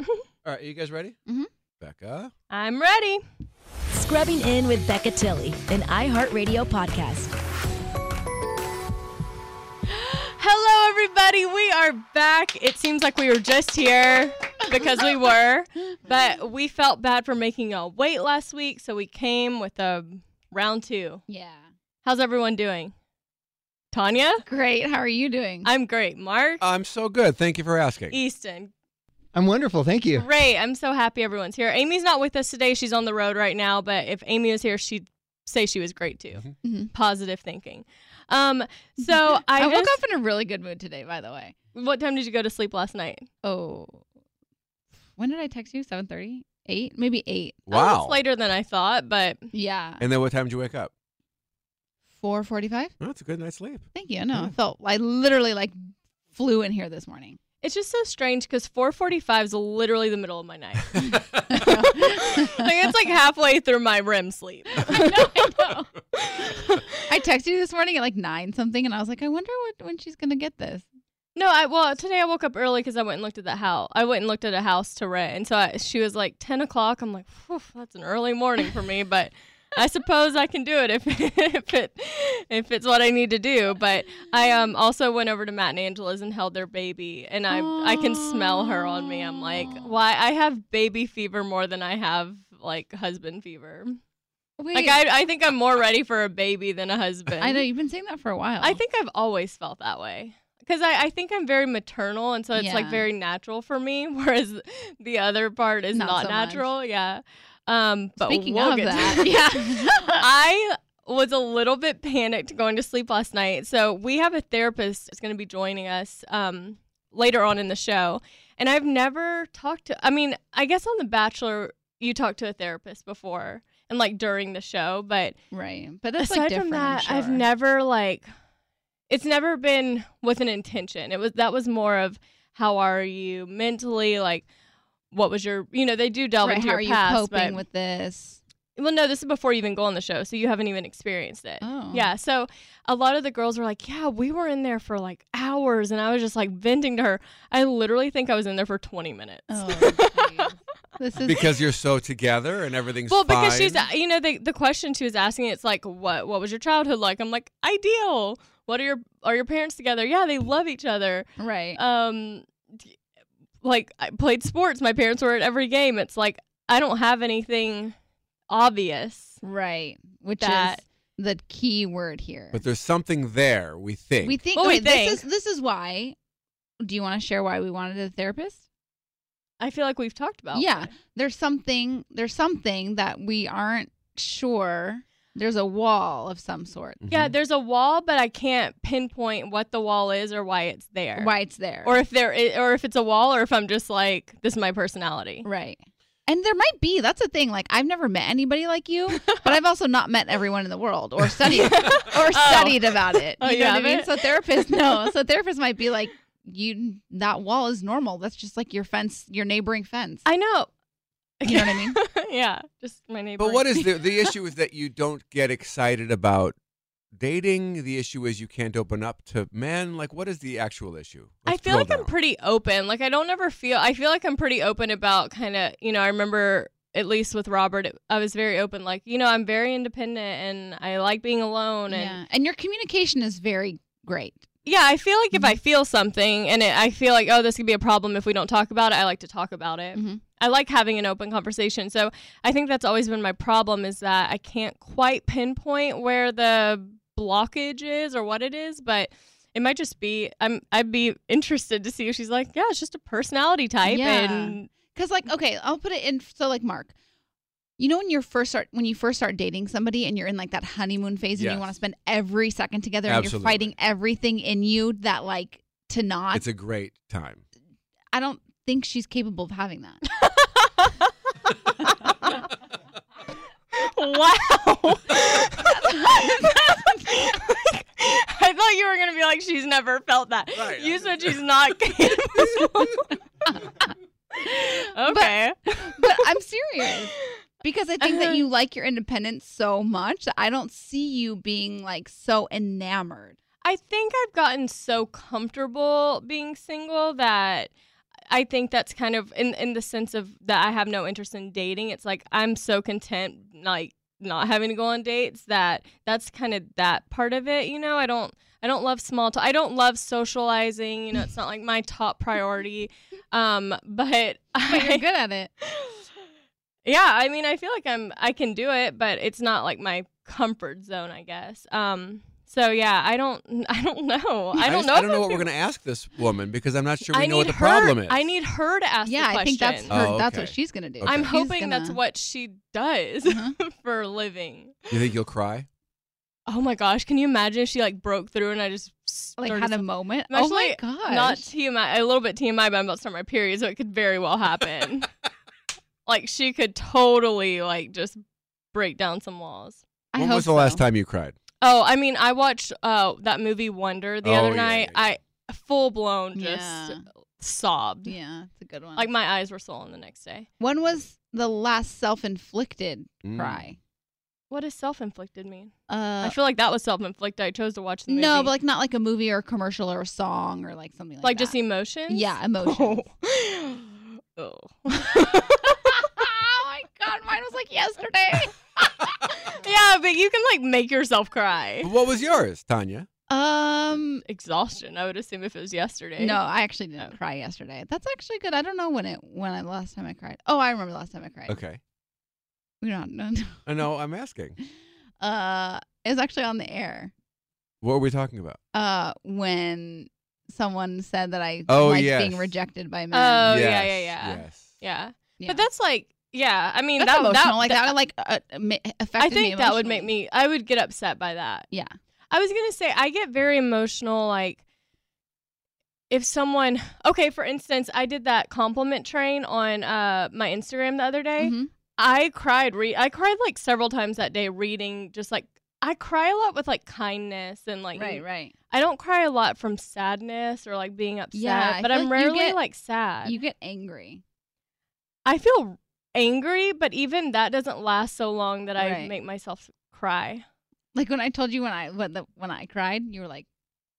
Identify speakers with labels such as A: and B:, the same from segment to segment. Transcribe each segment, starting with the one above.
A: All right, are you guys ready?
B: Mm-hmm.
C: Mhm.
A: Becca.
B: I'm ready.
D: Scrubbing in with Becca Tilly, an iHeartRadio podcast.
B: Hello, everybody. We are back. It seems like we were just here because we were, but we felt bad for making y'all wait last week, so we came with a round two.
C: Yeah.
B: How's everyone doing? Tanya?
C: Great. How are you doing?
B: I'm great. Mark?
A: I'm so good. Thank you for asking.
B: Easton?
E: I'm wonderful. Thank you.
B: Great. I'm so happy everyone's here. Amy's not with us today. She's on the road right now, but if Amy was here, she'd say she was great too.
A: Mhm.
C: Mhm.
B: Positive thinking. Um, so I,
C: I woke
B: just-
C: up in a really good mood today, by the way.
B: What time did you go to sleep last night?
C: Oh, when did I text you? 7:30? 8? Maybe 8.
B: Oh,
A: Wow.
B: it's later than I thought, but
C: Yeah.
A: And then what time did you wake up?
C: 4:45?
A: Oh, that's a good night's sleep.
C: Thank you. No, I
A: Yeah.
C: felt I literally like flew in here this morning.
B: it's just so strange because 4:45 is literally the middle of my night.
C: I
B: like it's like halfway through my REM sleep.
C: know, I know. I texted you this morning at like 9 something and I was like, I wonder what when she's going to get this.
B: No, I well today I woke up early because I went and looked at the house. I went and looked at a house to rent, and so I, she was like ten o'clock. I'm like, Phew, that's an early morning for me, but I suppose I can do it if if it if it's what I need to do. But I um also went over to Matt and Angela's and held their baby, and I I can smell her on me. I'm like,
C: Aw.
B: why I have baby fever more than I have like husband fever.
C: Wait.
B: Like I I think I'm more ready for a baby than a husband.
C: I know you've been saying that for a while.
B: I think I've always felt that way. Because I, I think I'm very maternal, and so it's like
C: Yeah.
B: very natural for me, whereas the other part is
C: Not so
B: not,
C: much.
B: natural. Yeah. Um, but
C: Speaking
B: we'll
C: of
B: get to
C: that, yeah.
B: I was a little bit panicked going to sleep last night. So we have a therapist that's going to be joining us um, later on in the show, and I've never talked to. I mean, I guess on The Bachelor, you talked to a therapist before, and like during the show, but
C: right. But that's like
B: aside
C: different.
B: from
C: I'm
B: that, I've
C: sure.
B: never like it's never been with an intention. It was that was more of how are you mentally like what was your you know they do delve
C: Right,
B: into
C: how
B: your
C: are you
B: past
C: coping
B: but
C: with this?
B: well no this is before you even go on the show so you haven't even experienced it
C: Oh.
B: yeah so a lot of the girls were like yeah we were in there for like hours and I was just like venting to her I literally think I was in there for 20 minutes
C: Oh, this is
A: Because you're so together and everything's
B: well because she's
A: fine.
B: you know the, the question she was asking it's like what what was your childhood like i'm like ideal what are your are your parents together yeah they love each other
C: right.
B: um d- like i played sports my parents were at every game it's like i don't have anything obvious
C: right. Which is
B: that-
C: the key word here.
A: But there's something there, we think.
C: we think,
B: Well, we
C: okay,
B: think.
C: this is this is why do you want to share why we wanted a therapist?
B: i feel like we've talked about
C: yeah.
B: that.
C: There's something there's something that we aren't sure. There's a wall of some sort.
A: Mm-hmm.
B: yeah there's a wall but i can't pinpoint what the wall is or why it's there
C: Why it's there.
B: or if there i- or if it's a wall or if i'm just like this is my personality
C: Right. And there might be. That's the thing. Like I've never met anybody like you, but I've also not met everyone in the world or studied or studied about it.
B: Oh,
C: you
B: you
C: know what I mean?
B: haven't?
C: So therapists no. So therapists might be like you that wall is normal. That's just like your fence, your neighboring fence.
B: i know
C: you know what I mean?
B: yeah just my neighbor
A: But what is the the issue is that you don't get excited about dating. The issue is you can't open up to men. Like, what is the actual issue?
B: I
A: Let's
B: feel
A: drill
B: like I'm
A: down.
B: pretty open. Like I don't ever feel. I feel like I'm pretty open about kind of. You know, I remember at least with Robert, it, I was very open. Like you know, I'm very independent and I like being alone. And yeah,
C: Yeah. And your communication is very great.
B: I feel like if I feel something and it, I feel like oh this could be a problem if we don't talk about it, I like to talk about it.
C: Mhm.
B: I like having an open conversation. So I think that's always been my problem is that I can't quite pinpoint where the blockage is or what it is, but it might just be I'm I'd be interested to see if she's like, yeah, it's just a personality type
C: Yeah.
B: and
C: Cause like, okay, I'll put it in so like Mark. You know when you're first start when you first start dating somebody and you're in like that honeymoon phase and you
A: Yes.
C: want to spend every second together and
A: Absolutely.
C: you're fighting everything in you that like to not
A: It's a great time.
C: I don't think she's capable of having that.
B: wow. I thought you were gonna be like she's never felt that.
A: Right.
B: You said she's not capable. okay.
C: but I'm serious. Because I think
A: Uh-huh.
C: that you like your independence so much that I don't see you being like so enamored.
B: I think I've gotten so comfortable being single that I think that's kind of in in the sense of that I have no interest in dating. It's like I'm so content like not having to go on dates that that's kind of that part of it. You know, I don't I don't love small talk. I don't love socializing. You know, it's not like my top priority. Um, but
C: But you're
B: I,
C: good at it.
B: yeah, I mean, I feel like I'm I can do it, but it's not like my comfort zone, I guess. Um, so yeah, I don't I don't know. I don't
A: just-
B: know.
A: I don't
B: if
A: know
B: I'm
A: what we're
B: gonna
A: going to ask this woman because I'm not sure we
B: I
A: know
B: need
A: what the
B: her,
A: problem is.
B: I need her to ask.
C: Yeah,
B: the
C: I think that's
B: question.
C: her.
A: Oh,
C: That's what
A: okay.
C: she's gonna do.
A: Okay.
B: I'm
C: She's
B: hoping that's
C: gonna-
B: what she does
C: Uh-huh.
B: for a living.
A: You think you'll cry?
B: Oh my gosh, can you imagine if she like broke through and I just started
C: like had a
B: some-
C: moment.
B: I'm
C: oh my
B: actually
C: god!
B: Not TMI, a little bit TMI, but I'm about to start my period, so it could very well happen. like she could totally like just break down some walls.
C: I
A: when
C: hope
A: was the last
C: so.
A: time you cried?
B: Oh, I mean, I watched uh that movie Wonder the
A: Oh,
B: other
A: yeah,
B: night.
A: yeah, yeah.
B: I full blown just
C: Yeah.
B: sobbed.
C: Yeah, it's a good one.
B: Like my eyes were swollen the next day.
C: when was the last self-inflicted
A: Mm.
C: cry?
B: What does self inflicted mean?
C: Uh,
B: I feel like that was self inflicted. I chose to watch the movie.
C: no, but like not like a movie or a commercial or a song or like something like,
B: like, just
C: that.
B: emotions.
C: yeah, emotion.
B: Oh.
C: oh my god, mine was like yesterday.
B: yeah, but you can like make yourself cry.
A: But what was yours, Tanya?
C: um,
B: Exhaustion, I would assume if it was yesterday.
C: no, I actually didn't
B: Oh.
C: cry yesterday. That's actually good. I don't know when it when I last time I cried. Oh, I remember the last time I cried.
A: Okay.
C: We don't know.
A: I know, I'm asking.
C: Uh, it was actually on the air.
A: What were we talking about?
C: Uh, when someone said that I
A: Oh,
C: liked
A: yes.
C: being rejected by men.
B: Oh yeah, yeah,
A: Yes,
B: yeah.
A: Yes.
B: Yeah.
C: Yeah.
B: But that's like yeah, I mean
C: That's
B: that
C: emotional.
B: that,
C: like
B: that-
C: that, like uh, ma- affected
B: I
C: me
B: think that would make
C: emotionally.
B: me I would get upset by that.
C: Yeah.
B: I was gonna say I get very emotional like if someone okay, for instance, I did that compliment train on uh my Instagram the other day.
C: Mhm.
B: I cried re- I cried like several times that day reading just like I cry a lot with like kindness and like
C: Right, right.
B: I don't cry a lot from sadness or like being upset,
C: Yeah, I
B: but
C: feel
B: I'm
C: like you
B: rarely
C: get-
B: like sad.
C: You get angry.
B: I feel angry, but even that doesn't last so long that I
C: Right.
B: make myself cry.
C: Like when I told you when I when, the, when I cried, you were like,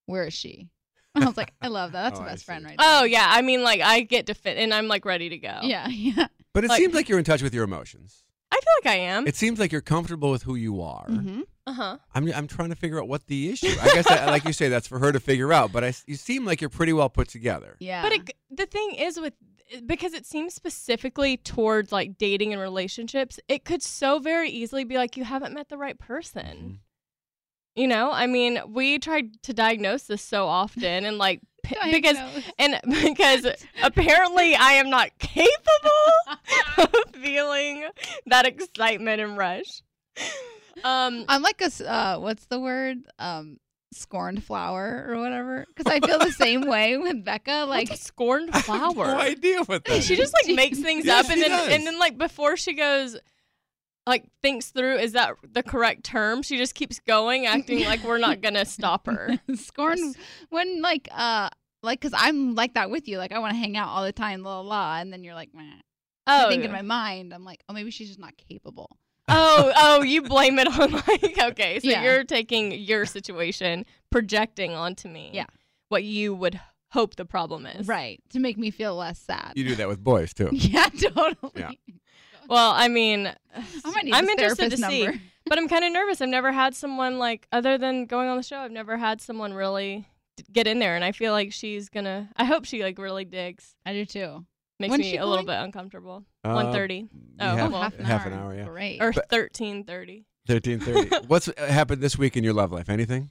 C: "Where is she?" And I was like, "I love that. That's
A: Oh,
C: the
A: I
C: best
A: see.
C: friend, right?"
B: Oh yeah, I mean like I get to fit and I'm like ready to go.
C: there. yeah, yeah.
A: But it
B: Like- Mm-hmm.
A: seems like you're in touch with your emotions.
B: I feel like I am.
A: It seems like you're comfortable with who you are.
C: Mhm.
B: Uh huh.
A: I'm, I'm trying to figure out what the issue. I guess, that, like you say, that's for her to figure out. But I, s- you seem like you're pretty well put together.
C: Yeah,
B: But it, the thing is with because it seems specifically towards like dating and relationships, it could so very easily be like you haven't met the right person.
A: Mm-hmm.
B: You know, I mean, we tried to diagnose this so often and like p- because
C: Diagnosed.
B: and because apparently I am not capable of feeling that excitement and rush. Um
C: I'm like a s- uh, what's the word? Um, scorned flower or whatever. Because I feel the same way with Becca.
B: like
C: Like
B: scorned
A: I have
B: flower.
A: Mm-hmm. no idea what that
B: she
A: is.
B: just like
C: She-
B: makes things
A: Yeah,
B: up and
A: she
B: then
A: does.
B: and then like before she goes like thinks through is that the correct term she just keeps going acting like we're not gonna stop her
C: scorned when like uh like because I'm like that with you. Like I want to hang out all the time, la la, la, and then you're like, Meh. I
B: oh
C: think in
B: yeah.
C: my mind, I'm like, oh, maybe she's just not capable.
B: oh oh you blame it on like okay so
C: Yeah.
B: you're taking your situation projecting onto me
C: Yeah.
B: what you would hope the problem is
C: Right. To make me feel less sad.
A: You do that with boys too.
C: yeah, totally.
A: Yeah.
B: well i mean
C: I might need
B: i'm
C: this
B: interested to
C: therapist number.
B: see but i'm kind of nervous i've never had someone like other than going on the show i've never had someone really d- get in there and i feel like she's gonna i hope she like really digs
C: I do too.
B: makes
C: When's
B: me
C: she
B: a little
C: going?
B: bit uncomfortable
A: Uh,
B: 1.30
A: we
B: Oh,
A: have-
B: well.
A: half,
C: half an
A: an
C: hour.
A: hour. Yeah,
C: Great.
B: or
A: But-
B: 13.30
A: thirteen thirty. What's uh, happened this week in your love life? Anything?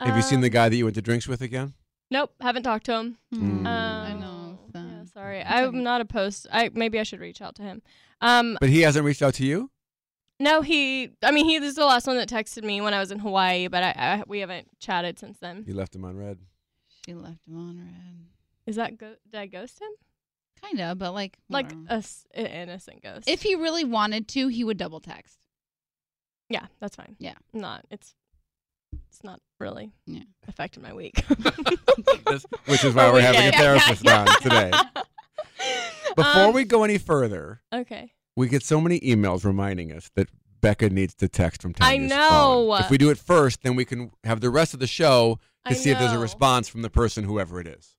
A: Have you
B: Uh,
A: seen the guy that you went to drinks with again?
B: nope haven't talked to him
A: Mm.
B: um,
C: Hmm. I know.
B: yeah,
C: son.
B: sorry
C: It's okay.
B: i'm not opposed i maybe i should reach out to him um
A: But he hasn't reached out to you.
B: no he i mean he this is the last one that texted me when i was in hawaii but i, I we haven't chatted since then
A: You left him on red.
C: She left him on red.
B: is that go- did i ghost him
C: Kind of, but like,
B: like uh,
C: whatever.
B: a s- an innocent ghost
C: if he really wanted to, he would double text.
B: Yeah, that's fine.
C: Yeah.
B: Not it's it's not really
C: Yeah.
B: affected my week.
A: This- which is why
C: Oh,
B: Or
A: we're having a
B: weekend.
A: therapist on today. Before
B: Um,
A: we go any further,
B: Okay.
A: we get so many emails reminding us that Becca needs to text from Tanya's
B: know.
A: phone. If we do it first, then we can have the rest of the show to
B: I
A: see if there's a
B: know.
A: response from the person, whoever it is.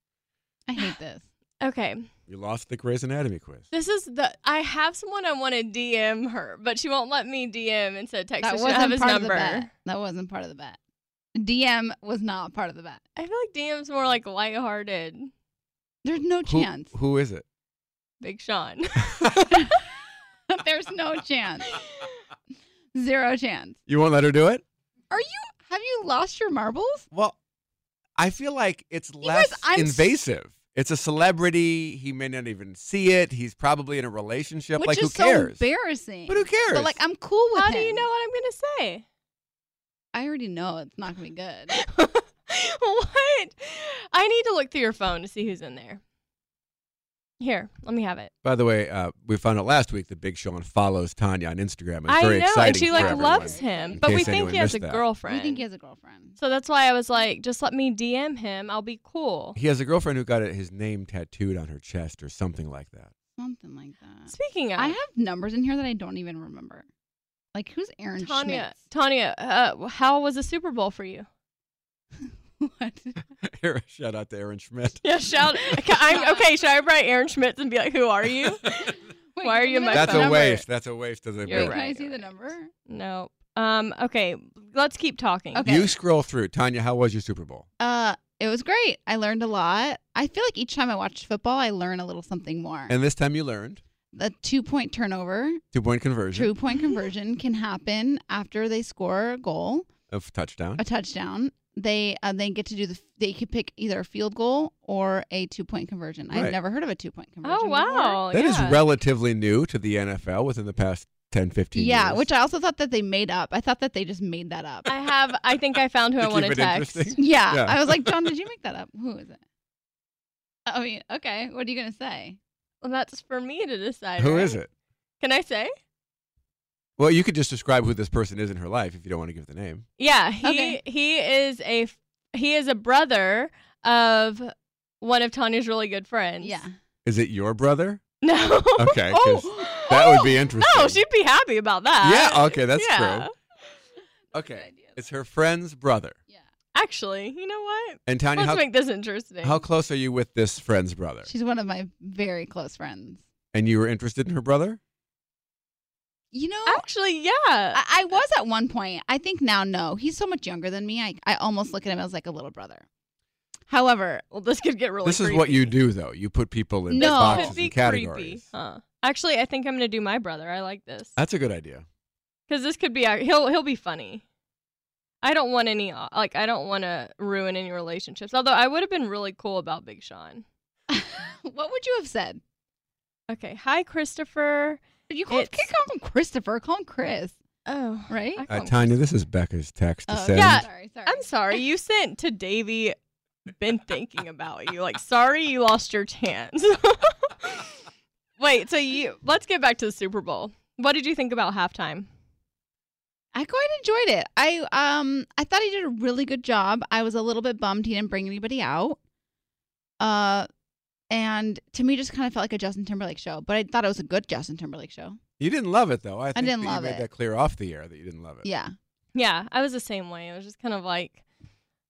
C: I hate this.
B: Okay.
A: You lost the Grey's Anatomy quiz.
B: This is the I have someone I want to DM her, but she won't let me DM instead of text.
C: That
B: her. She doesn't
C: wasn't
B: have his
C: part of the
B: number.
C: bet. That wasn't part of the bet. DM was not part of the bet.
B: I feel like DM's more like lighthearted.
C: There's no
A: Who-
C: chance.
A: who is it?
B: Big Sean.
C: There's no chance. Zero chance.
A: You won't let her do it?
C: Are you? Have you lost your marbles?
A: Well, I feel like it's
C: guys,
A: less
C: I'm s-
A: invasive. it's a celebrity. He may not even see it. He's probably in a relationship.
C: Which
A: like,
C: is
A: who cares?
C: so embarrassing.
A: but who cares?
C: But like, I'm cool with
B: How
C: him.
B: do you know what I'm gonna say?
C: I already know it's not gonna be good.
B: what? I need to look through your phone to see who's in there. Here, let me have it.
A: By the way, uh, we found out last week that Big Sean follows Tanya on Instagram. It's
B: I
A: very
B: know,
A: exciting
B: and she
A: for
B: like
A: everyone.
B: loves him,
A: In
B: but we
A: case
B: think
A: anyone
B: he has
A: missed
B: a
A: that.
B: girlfriend.
C: We think he has a girlfriend.
B: so that's why I was like, just let me DM him. I'll be cool.
A: He has a girlfriend who got his name tattooed on her chest or something like that.
C: Something like that.
B: Speaking of,
C: I have numbers in here that I don't even remember. Like who's Aaron
B: Tanya. Tanya, uh, how was the Super Bowl for you?
C: Schmitz? what?
A: Shout out to Aaron Schmidt.
B: Yeah, shout. I'm, okay, should I write Aaron Schmitz and be like, "Who are you?"
C: Wait,
B: Why are you in my
A: That's
B: phone?
A: a
B: Number-
A: waste. That's a waste of the
B: You're
A: bit.
C: Wait, Can I
B: right,
C: see
B: you're
C: the
B: right.
C: number?
B: no. Um. Okay, let's keep talking.
C: Okay.
A: You scroll through. Tanya, how was your Super Bowl?
C: Uh, it was great. I learned a lot. I feel like each time I watch football, I learn a little something more.
A: And this time you learned
C: the two point turnover,
A: two point conversion
C: true point conversion can happen after they score a goal,
A: of touchdown.
B: Oh,
C: a touchdown. They uh, they get to do the they could pick either a field goal or a two point conversion.
A: Right.
C: I've never heard of a two point conversion. before.
B: Oh wow,
A: That is
B: yeah.
A: relatively new to the NFL within the past 10, 15
C: Yeah,
A: years.
C: which I also thought that they made up. I thought that they just made that up.
B: I have. I think I found who
A: To
B: I want to
A: keep it
B: text.
A: interesting.
C: yeah,
A: Yeah.
C: I was like, John, did you make that up? Who is it? I mean, okay, what are you gonna say?
B: Well, that's for me to decide.
A: Who
B: right?
A: is it?
B: Can I say?
A: Well, you could just describe who this person is in her life if you don't want to give the name.
B: Yeah. He
C: Okay.
B: he is a f- he is a brother of one of Tanya's really good friends.
C: Yeah.
A: Is it your brother?
B: No.
A: Okay, 'cause
B: Oh,
A: that would
B: oh,
A: be interesting.
B: No, she'd be happy about that.
A: Yeah, okay, that's true.
B: Yeah.
A: Okay,
C: idea.
A: it's her friend's brother.
C: Yeah.
B: Actually, you know what?
A: And Tanya,
B: Let's
A: how,
B: make this interesting.
A: how close are you with this friend's brother?
C: She's one of my very close friends.
A: And you were interested in her brother?
C: You know,
B: Actually, yeah.
C: I, I was at one point. I think now, no. He's so much younger than me. I, I almost look at him as like a little brother. However,
B: well, this could get really.
A: this is what you
B: creepy.
A: do, though. You put people in
C: No.
B: This could
A: boxes
B: be
A: and
B: creepy.
A: categories.
B: Huh. Actually, I think I'm gonna do my brother. I like this.
A: That's a good idea.
B: Because this could be he'll he'll be funny. I don't want any uh, like I don't want to ruin any relationships. Although I would have been really cool about Big Sean.
C: what would you have said?
B: Okay, hi Christopher.
C: You call,
B: It's-
C: can't call him Christopher. Call him Chris,
B: Oh,
C: right?
B: I
A: Uh,
B: call him
A: Tanya, this is Becca's text to
C: Oh,
A: send.
B: Yeah.
C: sorry, sorry.
B: I'm sorry. You sent to Davy. Been thinking about you. Like, sorry you lost your chance. Wait. So you let's get back to the Super Bowl. What did you think about halftime?
C: I quite enjoyed it. I um I thought he did a really good job. I was a little bit bummed he didn't bring anybody out. Uh and to me just kind of felt like a Justin Timberlake show, but I thought it was a good Justin Timberlake show.
A: You didn't love it, though. I, think
C: didn't
A: that
C: love
A: you made
C: it.
A: that clear off the air that you didn't love it.
C: Yeah.
B: Yeah, I was the same way. It was just kind of like,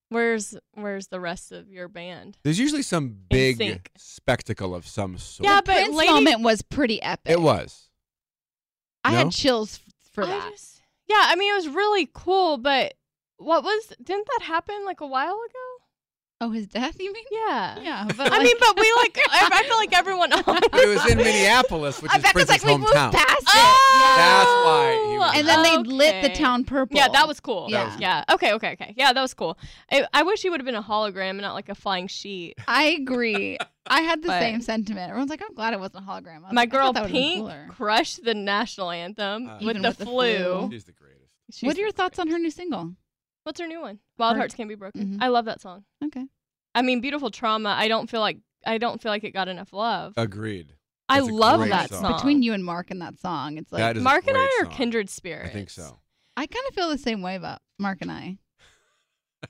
B: where's where's the rest of your band?
A: There's usually some big
B: sync.
A: spectacle of some sort.
B: Yeah, but
C: Prince
B: lady-
C: moment was pretty epic.
A: It was.
C: I
A: No?
C: had chills f- for
B: I
C: that.
B: just- yeah, I mean it was really cool, but what was didn't that happen like a while ago?
C: Oh, his death, you mean?
B: Yeah.
C: Yeah.
B: I
C: But
B: mean, but we like I, I feel like everyone else.
A: But it was in Minneapolis, which
C: I
A: is
C: bet it's
A: Prince's
C: like we moved
A: hometown.
C: past it.
B: Oh!
A: That's why he was-
C: And then they lit the
B: Okay.
C: town purple.
B: Yeah, that was cool.
C: That was cool.
B: yeah. Okay, okay, okay. Yeah, that was cool. I, I wish he would have been a hologram and not like a flying sheet.
C: I agree. I had the
B: But-
C: same sentiment. Everyone's like, I'm glad it wasn't a hologram. Oh, I was
B: My
C: like, I
B: girl
C: thought that would've been
B: Pink
C: cooler.
B: crushed the national anthem
A: Uh,
B: with,
C: Even
B: the
C: with the
B: flu.
C: flu.
A: She's the greatest.
B: She's
C: What are your
B: the
C: thoughts on her
B: greatest.
C: new single?
B: What's her new one? Wild
C: Her-
B: Hearts Can Be Broken.
C: Mhm.
B: I love that song.
C: Okay.
B: I mean, Beautiful Trauma. I don't feel like I don't feel like it got enough love.
A: Agreed.
B: I
A: that's a
B: love
A: great
B: that
A: song.
B: song.
C: Between you and Mark and that song, it's like
A: That is- a
B: Mark and
A: great
B: I are
A: song.
B: kindred spirits.
A: I think so.
C: I kind of feel the same way about Mark and I.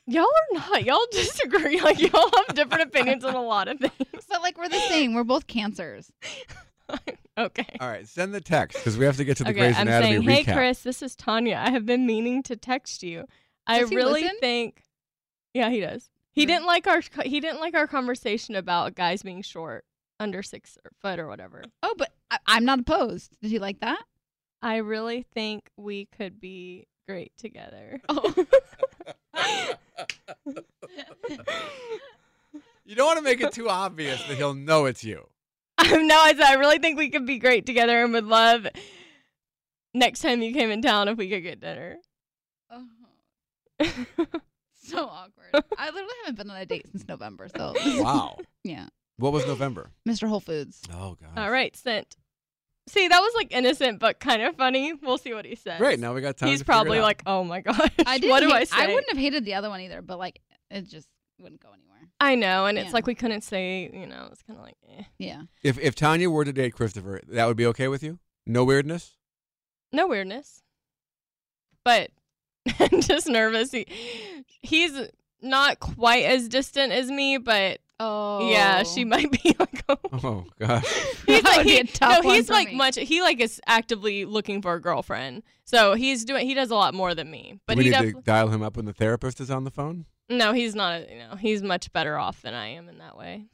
B: Y'all are not. Y'all disagree. Like y'all have different opinions on a lot of things.
C: But like we're the same. We're both cancers.
B: okay.
A: All right, send the text because we have to get to the
B: Okay.
A: Grey's
B: I'm
A: Anatomy
B: saying,
A: recap.
B: hey Chris, this is Tanya. I have been meaning to text you. I
C: Does he
B: really
C: listen?
B: think. Yeah, he does. He didn't like our he didn't like our conversation about guys being short under six foot or whatever.
C: Oh, but I, I'm not opposed. Did you like that?
B: I really think we could be great together.
C: Oh.
A: You don't want to make it too obvious that he'll know it's you.
B: Um, no, I said I really think we could be great together and would love next time you came in town if we could get dinner.
C: Oh, so awkward. I literally haven't been on a date since November. So
A: Wow.
C: yeah,
A: What was November?
C: Mr. Whole Foods.
A: Oh god.
B: All right, sent. See, that was like innocent but kind of funny. We'll see what he says.
A: Great. Now we got time.
B: He's
A: to figure it
B: probably
A: out.
B: like, "Oh my gosh,
C: I did.
B: what do
C: hate-
B: I say?"
C: wouldn't have hated the other one either, but like it just wouldn't go anywhere.
B: I know, and it's
C: Yeah.
B: like we couldn't say. You know, it's kind of like, eh.
C: Yeah.
A: if if Tanya were to date Christopher, that would be okay with you? No weirdness.
B: no weirdness, but I'm just nervous. He, he's not quite as distant as me, but
C: Oh.
B: yeah, she might be like. Oh.
A: Oh gosh.
B: He's
C: That
B: like
C: would be
B: he,
C: a tough
B: no,
C: one
B: he's
C: for
B: like
C: me.
B: much. He like is actively looking for a girlfriend, so he's doing. He does a lot more than me, but
A: we
B: he
A: need
B: definitely
A: to dial him up when the therapist is on the phone.
B: no. He's not. You know, he's much better off than I am in that way.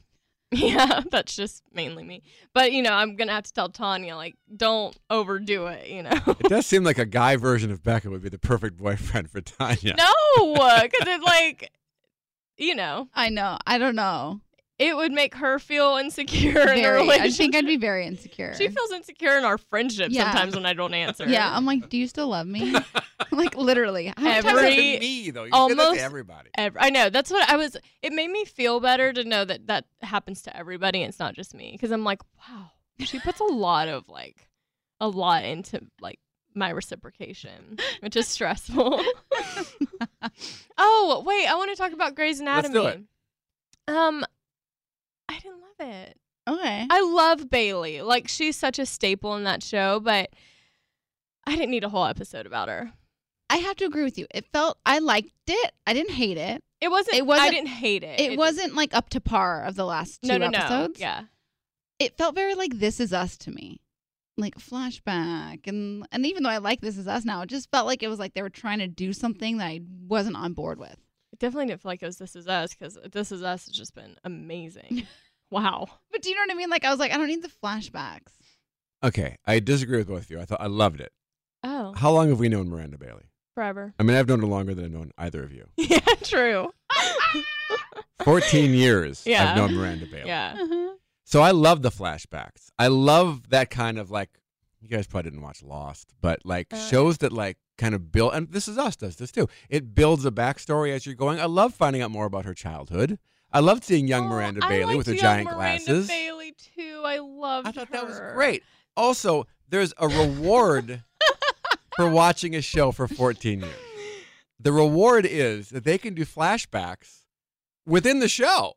B: Yeah, that's just mainly me. But you know, I'm gonna have to tell Tanya like, don't overdo it. You know,
A: It does seem like a guy version of Becca would be the perfect boyfriend for Tanya.
B: no, because it's like, you know,
C: I know. I don't know.
B: it would make her feel insecure in her
C: Very, I
B: relationship.
C: think I'd be very insecure.
B: she feels insecure in our friendship
C: Yeah.
B: sometimes when I don't answer.
C: yeah, I'm like, do you still love me? like literally, how many times
A: That's
C: have-
B: Every-
A: to me though. You almost, that
B: almost-
A: to everybody.
B: Ev- I know. That's what I was. It made me feel better to know that that happens to everybody. And it's not just me. Because I'm like, wow, she puts a lot of like, a lot into like my reciprocation, which is stressful. oh wait, I want to talk about Grey's
A: Let's
B: Anatomy.
A: do
B: Um, I didn't love it.
C: okay.
B: I love Bailey. Like she's such a staple in that show, but I didn't need a whole episode about her.
C: I have to agree with you. It felt I liked it. I didn't hate it.
B: It wasn't.
C: It wasn't-
B: I didn't hate it.
C: It wasn't like up to par of the last two
B: No, no, no.
C: episodes.
B: Yeah.
C: It felt very like This Is Us to me, like flashback, and and even though I like This Is Us now, it just felt like it was like they were trying to do something that I wasn't on board with.
B: I definitely didn't feel like it was This Is Us because This Is Us has just been amazing. wow.
C: But do you know what I mean? Like I was like, I don't need the flashbacks.
A: Okay, I disagree with both of you. I thought I loved it.
B: Oh,
A: How long have we known Miranda Bailey?
B: forever.
A: I mean, I've known her longer than I've known either of you.
B: Yeah, true.
A: 14 years
B: Yeah.
A: I've known Miranda Bailey.
B: Yeah.
C: Uh-huh.
A: So I love the flashbacks. I love that kind of like you guys probably didn't watch Lost, but like
B: Uh.
A: shows that like kind of build and this is us does this too. It builds a backstory as you're going. I love finding out more about her childhood. I loved seeing young
B: Oh,
A: Miranda
B: I
A: Bailey
B: liked
A: with her
B: young
A: giant
B: Miranda
A: glasses.
B: Bailey too. I loved.
A: I thought that was
B: her.
A: great. Also, there's a reward for watching a show for 14 years. The reward is that they can do flashbacks within the show.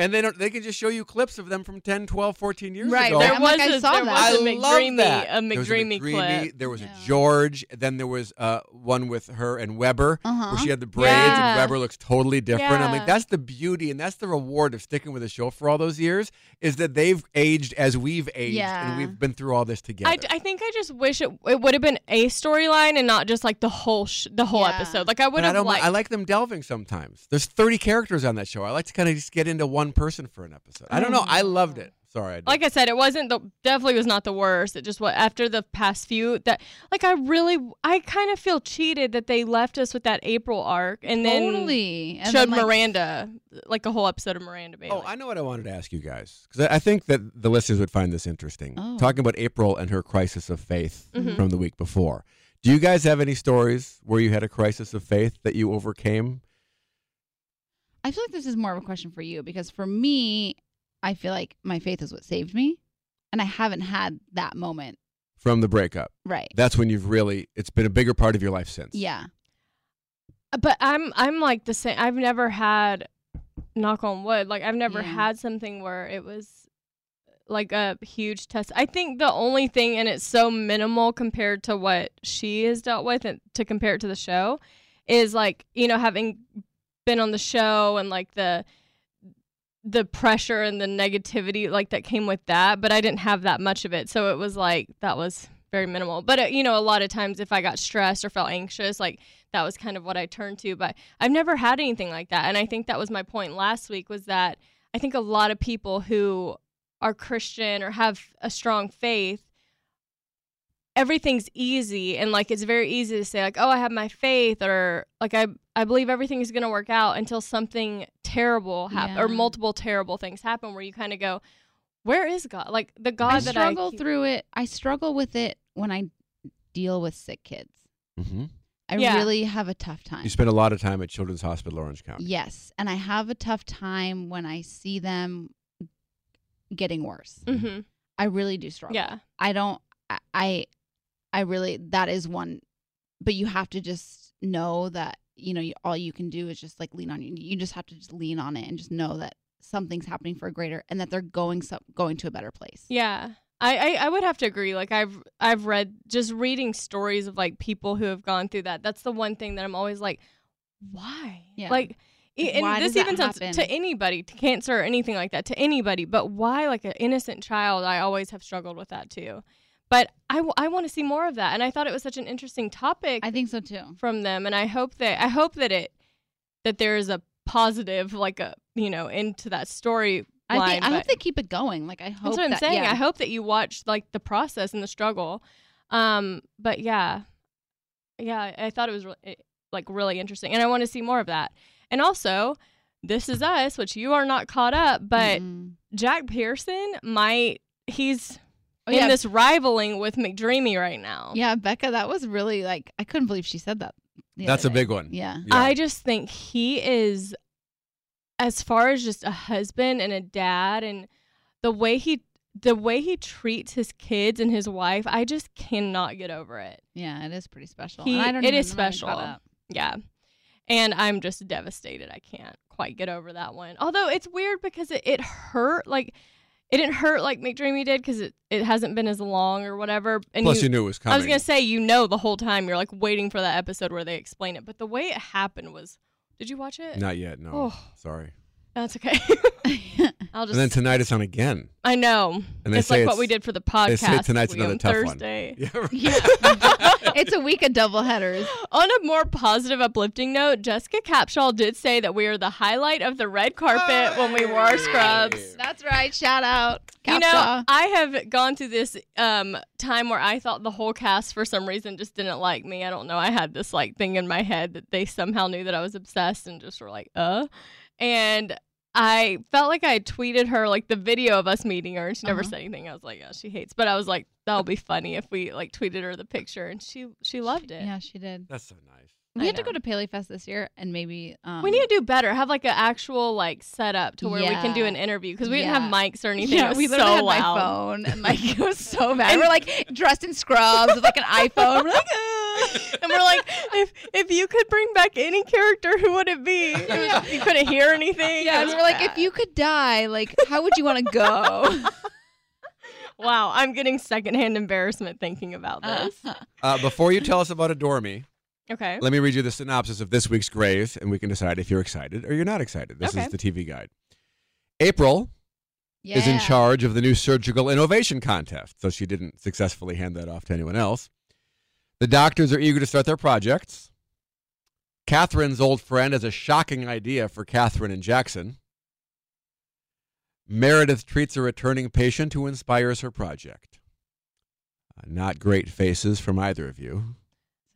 A: And they don't they can just show you clips of them from 10, 12, 14 years
C: Right,
A: ago.
C: but
B: There
C: I'm
B: was
C: like, I
B: a,
C: saw
B: there
C: that.
B: was
A: I
B: a
A: love
B: McDreamy,
A: that.
B: a
A: There was
B: McDreamy clip.
A: There was a
C: Yeah.
A: George. Then there was uh, one with her and Weber, where
C: Uh-huh.
A: she had the braids,
B: Yeah.
A: and Weber looks totally different. I'm
B: Yeah.
A: like, that's the beauty and that's the reward of sticking with a show for all those years is that they've aged as we've aged,
C: Yeah.
A: and we've been through all this together.
B: I, d- I think I just wish it, it would have been a storyline and not just like the whole sh- the whole
C: Yeah.
B: episode. Like I
A: But
B: would
A: I
B: have
A: don't. mi-
B: liked.
A: I like them delving sometimes. There's 30 characters on that show. I like to kind of just get into one person for an episode. I don't know. I loved it. Sorry. I did.
B: Mm. like I said, it wasn't the definitely was not the worst. It just what after the past few that like I really I kind of feel cheated that they left us with that April arc and then
C: totally And then,
B: showed
C: like,
B: Miranda like a whole episode of Miranda Bailey.
A: Oh, I know what I wanted to ask you guys because I I think that the listeners would find this interesting.
C: Oh.
A: Talking about April and her crisis of faith
B: Mhm.
A: from the week before. Do you guys have any stories where you had a crisis of faith that you overcame?
C: I feel like this is more of a question for you because for me, I feel like my faith is what saved me, and I haven't had that moment.
A: From the breakup.
C: Right?
A: That's when you've really, it's been a bigger part of your life since.
C: Yeah.
B: but I'm I'm like the same. I've never had knock on wood. Like I've never
C: Yeah.
B: had something where it was like a huge test. I think the only thing, and it's so minimal compared to what she has dealt with, and to compare it to the show, is like you know having been on the show and like the the pressure and the negativity like that came with that but i didn't have that much of it so it was like that was very minimal. But uh, you know, a lot of times if I got stressed or felt anxious, like that was kind of what I turned to. But I've never had anything like that, and I think that was my point last week was that I think a lot of people who are Christian or have a strong faith everything's easy and like it's very easy to say like oh i have my faith or like i i believe everything is going to work out until something terrible happen or
C: Yeah.
B: multiple terrible things happen where you kind of go where is god like the god
C: I
B: that
C: struggle
B: i keep-
C: through it. I struggle with it when I deal with sick kids.
A: Mm-hmm.
C: I
B: Yeah.
C: really have a tough time.
A: You spend a lot of time at Children's Hospital Orange County.
C: Yes, and I have a tough time when I see them getting worse.
B: Mhm.
C: I really do struggle.
B: yeah
C: I don't I- I I really that is one but you have to just know that you know you, all you can do is just like lean on you you just have to just lean on it and just know that something's happening for a greater and that they're going some going to a better place.
B: yeah I, I i would have to agree like i've i've read just reading stories of like people who have gone through that that's the one thing that i'm always like why
C: Yeah.
B: like e-
C: Like,
B: and
C: why does
B: this
C: that
B: even sounds to
C: happen?
B: anybody to cancer or anything like that to anybody but why like an innocent child i always have struggled with that too but i, w- I want to see more of that and i thought it was such an interesting topic
C: I think so too.
B: from them and i hope that i hope that it that there is a positive like a you know into that story
C: I think I
B: line,
C: hope
B: but-
C: they keep it going. Like I hope
B: that's what I'm
C: that,
B: saying.
C: yeah.
B: I hope that you watch like the process and the struggle. Um, but yeah, yeah, I thought it was re- it, like really interesting, and I want to see more of that. And also, this is us, which you are not caught up, but
C: Mm-mm.
B: Jack Pearson might he's
C: Oh,
B: in
C: yeah.
B: this rivaling with McDreamy right now.
C: yeah, Becca, that was really like I couldn't believe she said that. the
A: That's a
C: other day.
A: big one.
C: Yeah.
B: I just think he is, as far as just a husband and a dad, and the way he the way he treats his kids and his wife, I just cannot get over it.
C: Yeah, it is pretty special.
B: He-
C: and I don't
B: it
C: even
B: is
C: know that I caught
B: special.
C: up.
B: Yeah, and I'm just devastated. I can't quite get over that one. Although it's weird because it, it hurt like. It didn't hurt like McDreamy did because it, it hasn't been as long or whatever. And
A: Plus,
B: you-
A: you, knew it was coming.
B: I was gonna say, you know, the whole time you're like waiting for that episode where they explain it, but the way it happened was, did you watch it?
A: Not yet. No.
B: Oh.
A: Sorry.
B: That's okay. I'll
A: And
B: just.
A: then tonight it's on again.
B: I know.
A: And they
B: it's
A: say
B: like
A: it's-
B: what we did for the podcast.
A: they say tonight's
B: this week
A: another
B: on
A: tough one.
B: Thursday.
A: Yeah.
C: Yeah. it's a week of double headers.
B: On a more positive, uplifting note, Jessica Capshaw did say that we are the highlight of the red carpet when we wore our scrubs.
C: That's right. Shout out.
B: You know, I have gone through this um, time where I thought the whole cast for some reason just didn't like me. I don't know. I had this like thing in my head that they somehow knew that I was obsessed and just were like, uh. And I felt like I had tweeted her like the video of us meeting her and she never
C: Uh-huh.
B: said anything. I was like, yeah, she hates. But I was like, that'll be funny if we like tweeted her the picture and she she loved it.
C: Yeah, she did.
A: That's so nice.
C: We
B: I
C: had to
B: know.
C: go to Paley Fest this year and maybe um,
B: We need to do better. Have like an actual like setup to where we can do
C: Yeah.
B: an interview because we didn't have
C: Yeah.
B: mics or anything. it
C: Yeah,
B: was
C: we
B: so
C: literally had
B: loud.
C: my phone and like it was so bad. we're like dressed in scrubs with like an iPhone. We're like, "Ah."
B: "Uh." and we're like, if if you could bring back any character, who would it be? It was- You couldn't hear anything.
C: yeah,
B: It
C: and
B: was
C: we're like,
B: bad.
C: if you could die, like, how would you want to go?
B: wow, I'm getting secondhand embarrassment thinking about this.
A: Uh, before you tell us about Adore Me,
B: Okay.
A: let me read you the synopsis of this week's Grays, and we can decide if you're excited or you're not excited. This
B: Okay.
A: is the TV guide. April
C: yeah.
A: is in charge of the new surgical innovation contest, so she didn't successfully hand that off to anyone else. The doctors are eager to start their projects. Catherine's old friend has a shocking idea for Catherine and Jackson. Meredith treats a returning patient who inspires her project. Uh, not great faces from either of you.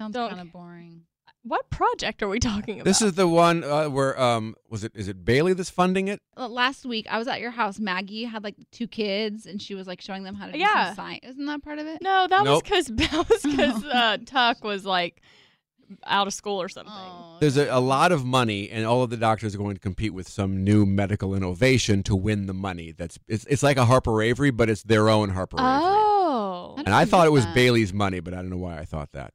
C: Sounds
B: Don't-
C: kind of boring.
B: What project are we talking about?
A: This is the one uh, where um was it is it Bailey that's funding it?
C: Well, Last week, I was at your house. Maggie had like two kids, and she was like showing them how to do
B: Yeah.
C: some science. Isn't that part of it?
B: no, that
A: Nope.
B: was because that was because uh, Tuck was like out of school or something.
C: Oh,
A: There's a, a lot of money, and all of the doctors are going to compete with some new medical innovation to win the money. That's it's, it's like a Harper Avery, but it's their own Harper Avery.
B: Oh.
C: I don't
A: And I thought it was
C: remember that.
A: Bailey's money, but I don't know why I thought that.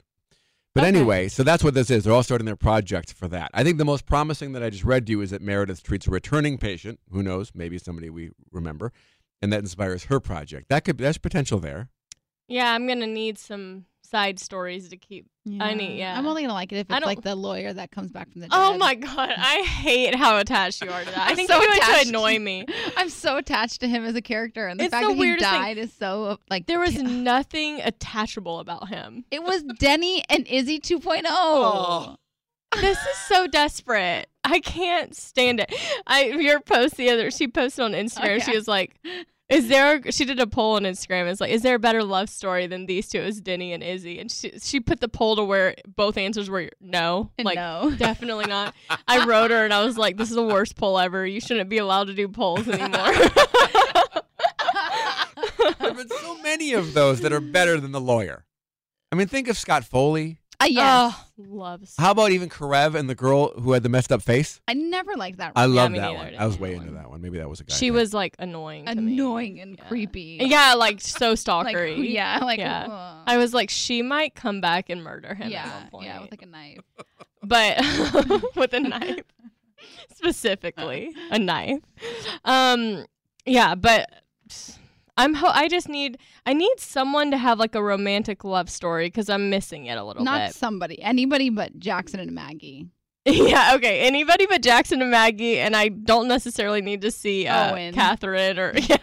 A: But
B: Okay.
A: anyway, so that's what this is. They're all starting their projects for that. I think the most promising that I just read to you is that Meredith treats a returning patient. Who knows? Maybe somebody we remember, and that inspires her project. That could that's potential there.
B: Yeah, I'm gonna need some side stories to keep. I need- yeah.
C: I'm only gonna like it if
B: I
C: it's
B: don't-
C: like the lawyer that comes back from the.
B: Oh
C: dead.
B: my god, I hate how attached you are to that. I
C: I'm
B: think
C: so
B: you want
C: attached.
B: to annoy me.
C: I'm so attached to him as a character, and the
B: It's
C: fact
B: the
C: that he
B: weirdest thing.
C: died is so like
B: There was
C: t-
B: nothing attachable about him.
C: It was Denny and Izzy 2.0.
A: Oh.
B: This is so desperate. I can't stand it. I your post the other she posted on Instagram.
C: yeah.
B: She was like, "Is there?" She did a poll on Instagram. It's like, "Is there a better love story than these two? It was Denny and Izzy?" And she she put the poll to where both answers were no,
C: And
B: like
C: no.
B: definitely not. I wrote her and I was like, "This is the worst poll ever. You shouldn't be allowed to do polls anymore."
A: There have been so many of those that are better than the lawyer. I mean, think of Scott Foley.
C: Uh, yes.
B: oh, loves.
A: How about even Karev and the girl who had the messed up face?
C: I never liked that.
A: I love
B: me
A: that
B: neither. I
A: one.
B: didn't
A: I was
B: like
A: way
B: that
A: into
B: one.
A: that one. Maybe that was a guy.
B: She
A: thing.
B: was like annoying. to me.
C: Annoying and
B: Yeah.
C: creepy.
B: Yeah, like so
C: Like,
B: stalkery.
C: yeah, like
B: Yeah.
C: ugh.
B: I was like, she might come back and murder him
C: yeah,
B: at one point.
C: yeah, with like a knife.
B: but with a knife, specifically a knife. Um, yeah, but I'm. Ho- I just need. I need someone to have like a romantic love story because I'm missing it a little
C: Not
B: bit.
C: somebody, anybody but Jackson and Maggie.
B: yeah. Okay. Anybody but Jackson and Maggie, and I don't necessarily need to see uh,
C: Owen.
B: Catherine or yeah.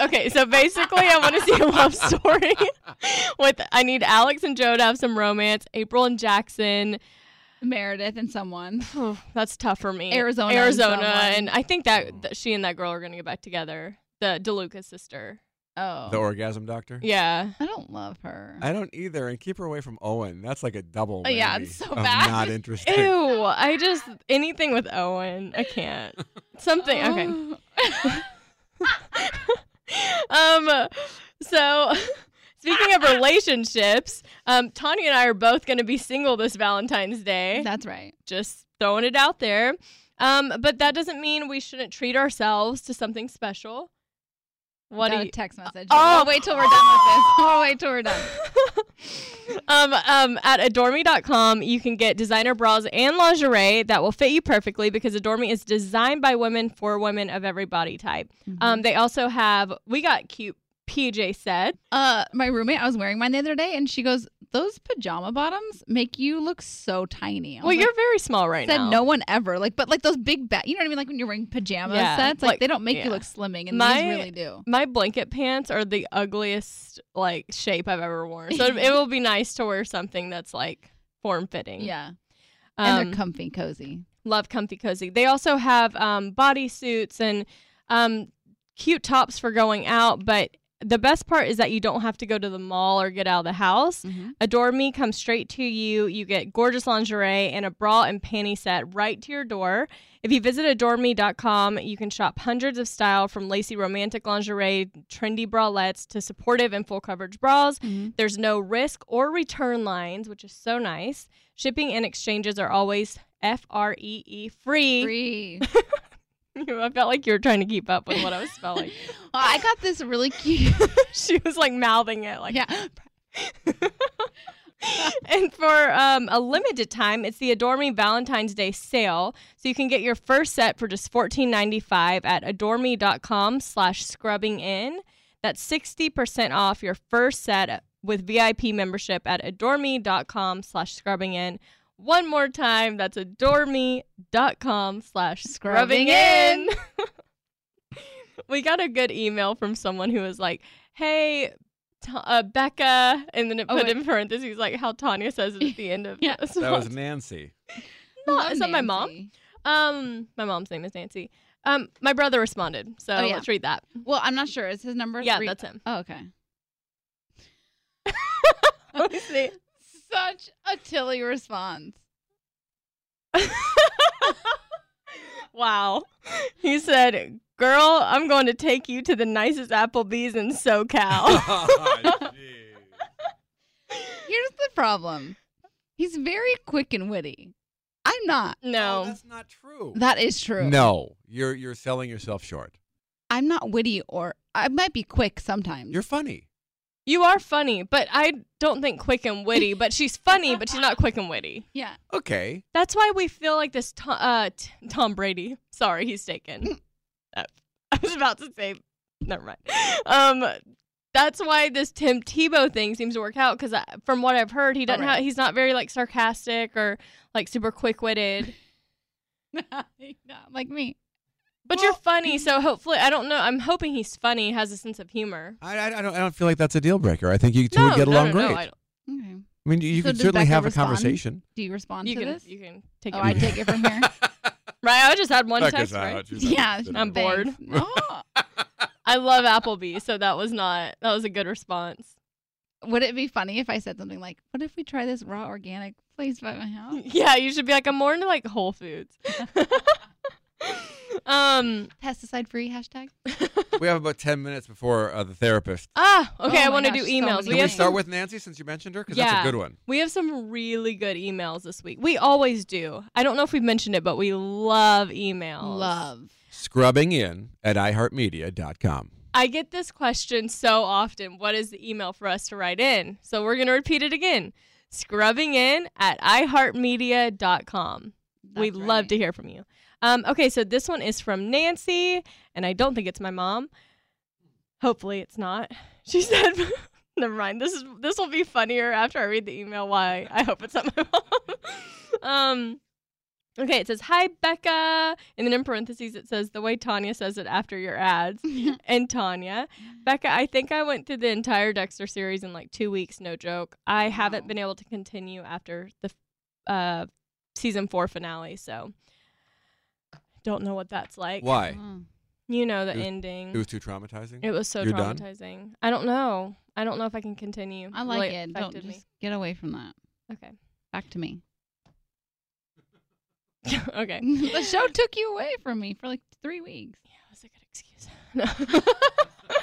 B: okay. So basically, I want to see a love story with. I need Alex and Joe to have some romance. April and Jackson.
C: Meredith and someone.
B: Phew, that's tough for me.
C: Arizona and
B: Arizona,
C: someone.
B: and, I think that, that she and that girl are gonna get back together. The DeLuca sister.
C: Oh.
A: the orgasm doctor.
B: Yeah.
C: I don't love her.
A: I don't either. And keep her away from Owen. That's like a double.
C: Oh, yeah,
A: whammy
C: it's so
A: of
C: bad.
A: Not interesting.
B: Ew. I just anything with Owen, I can't. Something. Okay. Um. So. Speaking of relationships, um, Tanya and I are both going to be single this Valentine's Day.
C: That's right.
B: just throwing it out there. Um, but that doesn't mean we shouldn't treat ourselves to something special. What
C: Got
B: do
C: a
B: you?
C: text message.
B: Oh.
C: we'll wait till we're done with this. We'll wait till we're done.
B: um, um, at adorme.com, you can get designer bras and lingerie that will fit you perfectly because Adorme is designed by women for women of every body type.
C: Mm-hmm.
B: Um, they also have, we got cute PJ set.
C: Uh, my roommate, I was wearing mine the other day, and she goes, "Those pajama bottoms make you look so tiny." I
B: Well,
C: was like,
B: you're very small right
C: Oh said
B: now.
C: no one ever like, but like those big bat, you know what I mean? Like when you're wearing pajama
B: Yeah,
C: sets, like,
B: like-
C: they don't make
B: yeah.
C: you look slimming, and
B: My-
C: these really do.
B: my blanket pants are the ugliest like shape I've ever worn. So it, it will be nice to wear something that's like form fitting.
C: Yeah, and
B: um,
C: they're comfy, and cozy.
B: love comfy cozy. They also have um, bodysuits and um, cute tops for going out. But the best part is that you don't have to go to the mall or get out of the house.
C: Mm-hmm.
B: Adore Me comes straight to you. You get gorgeous lingerie and a bra and panty set right to your door. If you visit adoreme.com, you can shop hundreds of style from lacy romantic lingerie, trendy bralettes to supportive and full coverage bras. There's no risk or return lines, which is so nice. Shipping and exchanges are always F R E E free.
C: Free.
B: I felt like you were trying to keep up with what I was spelling.
C: Oh, I got this really cute.
B: she was like mouthing it like
C: yeah,
B: and for um, a limited time, it's the Adore Me Valentine's Day sale. So you can get your first set for just $14.95 at adoreme.com slash scrubbing in. That's 60% off your first set with VIP membership at adoreme.com slash scrubbing in. One more time, that's adoreme.com slash scrubbing
C: Scrubbing
B: in.
C: in.
B: we got a good email from someone who was like, hey, Ta- uh, Becca, and then it
C: Oh,
B: put
C: wait.
B: in parentheses like how Tanya says it at the end of
C: Yeah.
B: this.
A: That was Nancy.
B: No,
C: Love
B: is that my mom?
C: Nancy.
B: um my mom's name is Nancy. Um, my brother responded, so
C: Oh, yeah.
B: let's read that.
C: Well, I'm not sure. Is his number?
B: Yeah,
C: three-
B: that's him.
C: Oh, okay.
B: Let me see.
C: Such a Tilly response.
B: wow, he said, "Girl, I'm going to take you to the nicest Applebee's in SoCal."
A: Oh,
C: Here's the problem. He's very quick and witty. I'm not.
A: No,
B: no,
A: Oh, that's not true.
C: That is true.
A: No, you're you're selling yourself short.
C: I'm not witty or I might be quick sometimes.
A: You're funny.
B: you are funny, but I don't think quick and witty. But she's funny, but she's not quick and witty.
C: yeah.
A: Okay.
B: That's why we feel like this Tom, uh, t- Tom Brady. Sorry, he's taken. Uh, I was about to say, never mind. Um, that's why this Tim Tebow thing seems to work out because from what I've heard, he doesn't
C: Alright.
B: have, he's not very like sarcastic or like super quick witted.
C: Not like me.
B: But you're funny, so hopefully I don't know. I'm hoping he's funny, has a sense of humor.
A: I, I, I don't. I don't feel like that's a deal breaker. I think you two would get
B: no,
A: along
B: no,
A: great.
B: No,
A: I,
B: I
C: Okay.
A: mean, you, you
C: So
A: could
C: does
A: certainly
C: Becca
A: have a
C: respond?
A: conversation.
C: Do you respond
B: don't, you
C: to
B: can
C: this?
B: you can take
C: oh,
B: it.
C: I
B: from
C: take it from here.
B: Right, I just had one
A: Becca's
B: text.
A: not
B: Right?
A: out, she's not
C: yeah,
A: interested
B: I'm
A: in it.
B: bored.
C: thanks. Oh, No.
B: I love Applebee, so that was not that was a good response.
C: Would it be funny if I said something like, "What if we try this raw organic place by my house?"
B: Yeah, you should be like I'm more into like Whole Foods. um
C: Pesticide free hashtag.
A: We have about ten minutes before uh, the therapist.
B: ah
C: Oh
B: okay, I
C: my
B: want to
C: gosh,
B: do
C: so
B: emails.
C: many
A: Can
B: we
A: we
B: have
C: things.
A: start with Nancy since you mentioned her? Because that's
B: Yeah.
A: a good one.
B: We have some really good emails this week. We always do. I don't know if we've mentioned it, but we love emails.
C: Love.
A: Scrubbing in at iHeartMedia.com.
B: I get this question so often. What is the email for us to write in? So we're going to repeat it again. Scrubbing in at iHeartMedia.com. We'd
C: That's
B: love
C: right.
B: to hear from you. Um, okay, so this one is from Nancy, and I don't think it's my mom. Hopefully, it's not. She said, "Never mind. This is this will be funnier after I read the email. Why? I hope it's not my mom." um, okay, it says, "Hi, Becca," and then in parentheses it says, "The way Tanya says it after your ads." and Tanya,
C: Mm-hmm.
B: Becca, I think I went through the entire Dexter series in like two weeks. No joke. I haven't
C: Wow.
B: been able to continue after the uh, season four finale, so don't know what that's like.
A: Why?
C: Mm.
B: You know the
A: It was-
B: ending.
A: It was too traumatizing.
B: It was so
A: You're done?
B: traumatizing. I don't know. I don't know if I can continue.
C: I like
B: really
C: it. Don't
B: affected
C: just
B: me.
C: get away from that.
B: Okay.
C: Back to me.
B: okay.
C: the show took you away from me for like three weeks.
B: That was a good excuse. No.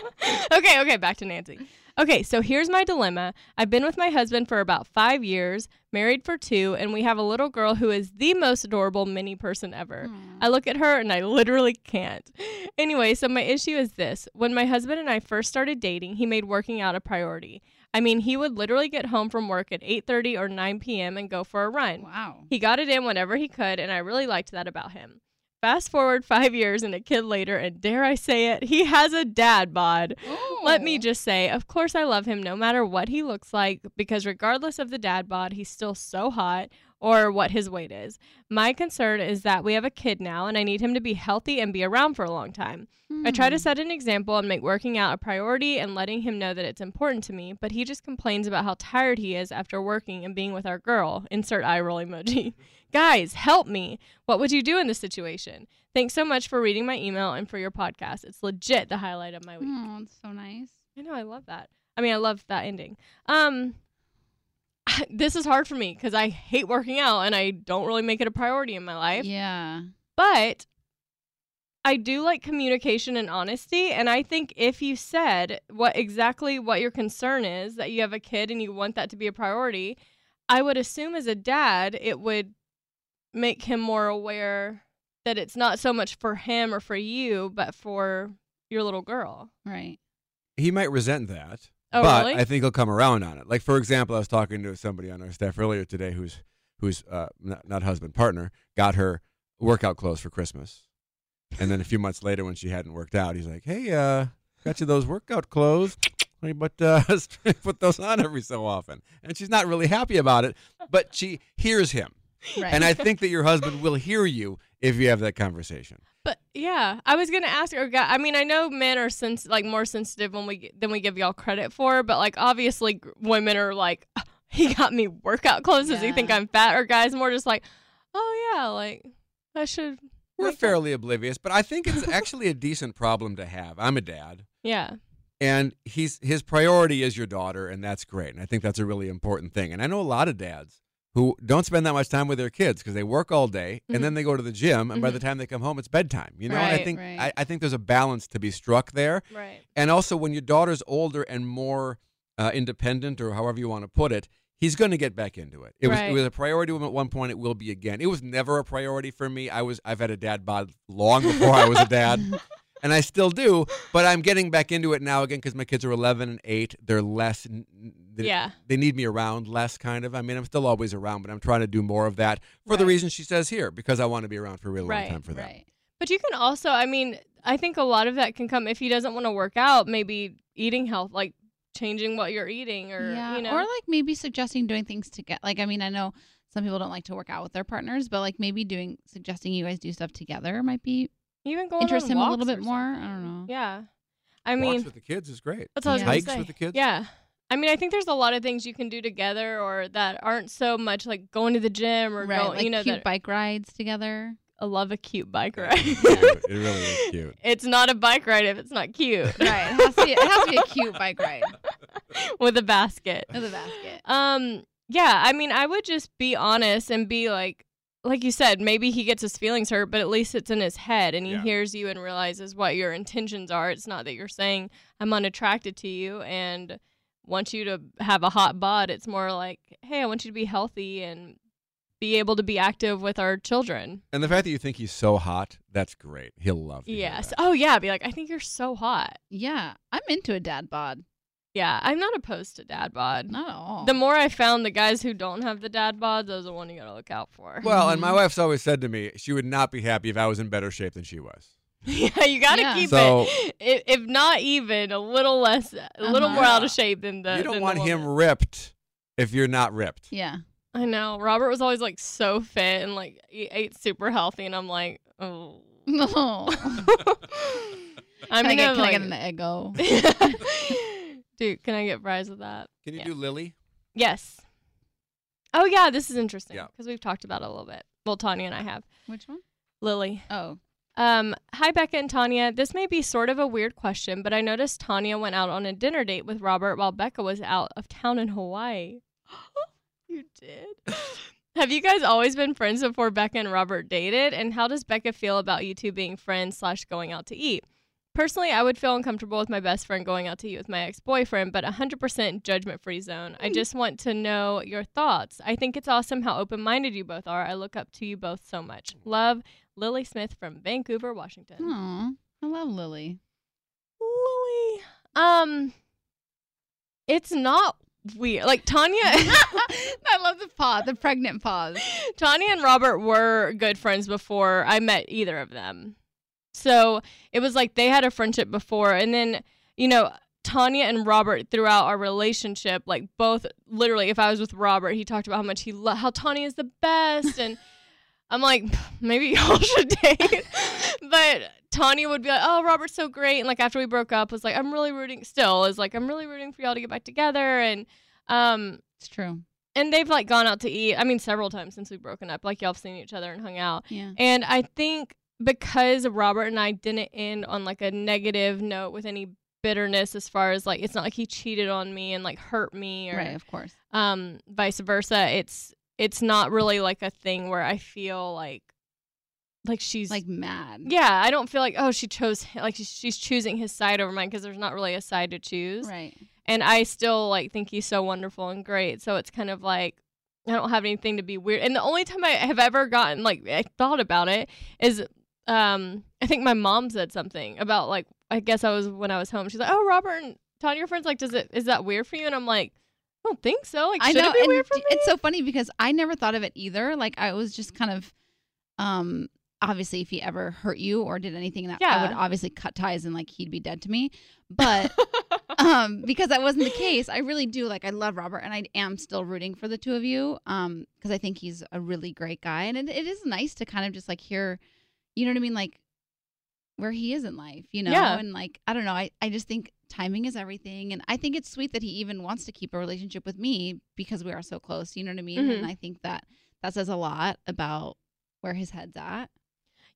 B: okay, okay, back to Nancy. Okay, so here's my dilemma. I've been with my husband for about five years, married for two, and we have a little girl who is the most adorable mini person ever.
C: Hmm.
B: I look at her and I literally can't. Anyway, so my issue is this. When my husband and I first started dating, he made working out a priority. I mean, he would literally get home from work at 8:30 or 9 p.m. and go for a run.
C: Wow.
B: He got it in whenever he could, and I really liked that about him. Fast forward five years and a kid later, and dare I say it, he has a dad bod. Let me
C: Ooh.
B: just say, of course, I love him no matter what he looks like, because regardless of the dad bod, he's still so hot or what his weight is. My concern is that we have a kid now, and I need him to be healthy and be around for a long time. I try to
C: Mm.
B: set an example and make working out a priority and letting him know that it's important to me, but he just complains about how tired he is after working and being with our girl. Insert eye roll emoji. Guys, help me. What would you do in this situation? Thanks so much for reading my email and for your podcast. It's legit the highlight of my week.
C: Oh, it's so nice.
B: I know I love that. I mean, I love that ending. Um this is hard for me cuz I hate working out and I don't really make it a priority in my life
C: Yeah.
B: but I do like communication and honesty. And I think if you said what exactly what your concern is that you have a kid and you want that to be a priority, I would assume as a dad, it would make him more aware that it's not so much for him or for you, but for your little girl.
C: Right.
A: He might resent that,
B: Oh,
A: but
B: really?
A: I think he'll come around on it. Like for example, I was talking to somebody on our staff earlier today who's who's uh, not, not husband partner got her workout clothes for Christmas, and then a few months later when she hadn't worked out, he's like, "Hey, uh, got you those workout clothes." Hey, But uh, put those on every so often, and she's not really happy about it. But she hears him,
C: Right.
A: and I think that your husband will hear you if you have that conversation.
B: But yeah, I was gonna ask. Or guy, I mean, I know men are sens- like more sensitive when we than we give y'all credit for. But like, obviously, g- women are like, "Ugh, he got me workout clothes. Does he
C: Yeah.
B: think I'm fat? Or guys more just like, oh yeah, like I should.
A: We're
B: wake up."
A: fairly oblivious, but I think it's actually a decent problem to have. I'm a dad,
B: Yeah,
A: and he's his priority is your daughter, and that's great. And I think that's a really important thing. And I know a lot of dads who don't spend that much time with their kids because they work all day and then they go to the gym, and by the time they come home, it's bedtime. You know, and I
B: Right,
A: think
C: Mm-hmm. right.
A: I, I think there's a balance to be struck there.
B: right.
A: And also, when your daughter's older and more uh, independent, or however you want to put it, he's going to get back into it. It was
B: Right.
A: it was a priority to him at one point. It will be again. It was never a priority for me. I was I've had a dad bod long before I was a dad, and I still do. But I'm getting back into it now again because my kids are 11 and 8. They're less. n- n- They,
B: Yeah.
A: They need me around less, kind of. I mean, I'm still always around, but I'm trying to do more of that for the
B: Right.
A: reason she says here because I want to be around for a really
B: Right,
A: long time for them.
C: Right.
B: But you can also, I mean, I think a lot of that can come if he doesn't want to work out. Maybe eating health, like changing what you're eating, or you know,
C: or like maybe suggesting doing things together. Like, I mean, I know some people don't like to work out with their partners, but like maybe doing suggesting you guys do stuff together might be.
B: even going
C: interest
B: on
C: him a little
B: walks or
C: bit more? I
B: something.
C: don't know.
B: Yeah, I mean,
A: Walks with the kids is great.
B: That's what I was
C: Yeah.
B: gonna
A: Hikes
B: say.
A: with the kids.
B: Yeah. I mean, I think there's a lot of things you can do together or that aren't so much like going to the gym or
C: right,
B: going,
C: like
B: you know,
C: cute
B: that
C: bike rides together.
B: I love a cute bike
A: That's
B: ride.
A: cute. It really is cute.
B: It's not a bike ride if it's not cute
C: Right, it has to be, it has to be a cute bike ride
B: with a basket.
C: with a basket.
B: Um, yeah, I mean, I would just be honest and be like, like you said, maybe he gets his feelings hurt, but at least it's in his head and he
A: Yeah.
B: hears you and realizes what your intentions are. It's not that you're saying, I'm unattracted to you and want you to have a hot bod. It's more like, hey, I want you to be healthy and be able to be active with our children.
A: And the fact that you think he's so hot, that's great. He'll love to hear
B: Yes.
A: that.
B: Oh, yeah. Be like, I think you're so hot.
C: Yeah, I'm into a dad bod.
B: Yeah. I'm not opposed to dad bod.
C: Not at all.
B: The more I found the guys who don't have the dad bod, those are the one you got to look out for.
A: Well, and my wife's always said to me, she would not be happy if I was in better shape than she was.
B: Yeah, you gotta
C: Yeah.
B: keep
A: So-
B: it. If, if not even a little less, a little
C: Uh-huh.
B: more out of shape than the.
A: you don't
B: than the
A: want him
B: woman.
A: ripped if you're not ripped.
C: yeah,
B: I know. Robert was always like so fit and like he ate super healthy, and I'm like, oh.
C: no.
B: I'm
C: Can I get,
B: gonna
C: can I get
B: like-
C: an ego?
B: Dude, can I get fries with that?
A: Can you
B: Yeah.
A: do Lily?
B: Yes. Oh yeah, this is interesting
A: Yeah.
B: because we've talked about it a little bit. Well, Tanya and I have
C: Which one?
B: Lily.
C: Oh,
B: Um, hi, Becca and Tanya. This may be sort of a weird question, but I noticed Tanya went out on a dinner date with Robert while Becca was out of town in Hawaii. you did? Have you guys always been friends before Becca and Robert dated? And how does Becca feel about you two being friends slash going out to eat? Personally, I would feel uncomfortable with my best friend going out to eat with my ex boyfriend, but 100% judgment free zone. I just want to know your thoughts. I think it's awesome how open minded you both are. I look up to you both so much. Love, Lily Smith from Vancouver, Washington.
C: Aw, I love Lily.
B: Lily. Um, it's not weird. Like Tanya,
C: I love the pause, the pregnant pause.
B: Tanya and Robert were good friends before I met either of them. So it was like they had a friendship before, and then you know. Tanya and Robert throughout our relationship, like both literally, if I was with Robert, he talked about how much he lo- how Tanya is the best, and I'm like, maybe y'all should date. but Tanya would be like, oh, Robert's so great. And like after we broke up, was like, I'm really rooting, still is like, I'm really rooting for y'all to get back together. And, um,
C: It's true.
B: and they've like gone out to eat. I mean, several times since we've broken up, like y'all have seen each other and hung out.
C: Yeah.
B: And I think because Robert and I didn't end on like a negative note with any bitterness, as far as like, it's not like he cheated on me and like hurt me or
C: Right, of course.
B: um vice versa it's it's not really like a thing where i feel like like she's
C: Like mad.
B: yeah i don't feel like oh she chose hi- like she's, she's choosing his side over mine because there's not really a side to choose
C: Right.
B: and i still like think he's so wonderful and great so it's kind of like i don't have anything to be weird and the only time i have ever gotten like i thought about it is um i think my mom said something about like i guess i was when i was home she's like oh robert and tanya your friends like does it is that weird for you and i'm like I don't think so. Like,
C: I
B: should
C: know.
B: it be
C: and
B: weird for
C: d- It's so funny because I never thought of it either. Like I was just kind of, um, obviously if he ever hurt you or did anything that I would
B: Yeah.
C: obviously cut ties and like he'd be dead to me. But um, because that wasn't the case, I really do like I love Robert and I am still rooting for the two of you. Um, because I think he's a really great guy and it, it is nice to kind of just like hear, you know what I mean, like where he is in life, you know,
B: Yeah.
C: and like I don't know, I I just think timing is everything, and I think it's sweet that he even wants to keep a relationship with me because we are so close. You know what I mean? And I think that that says a lot about where his head's at.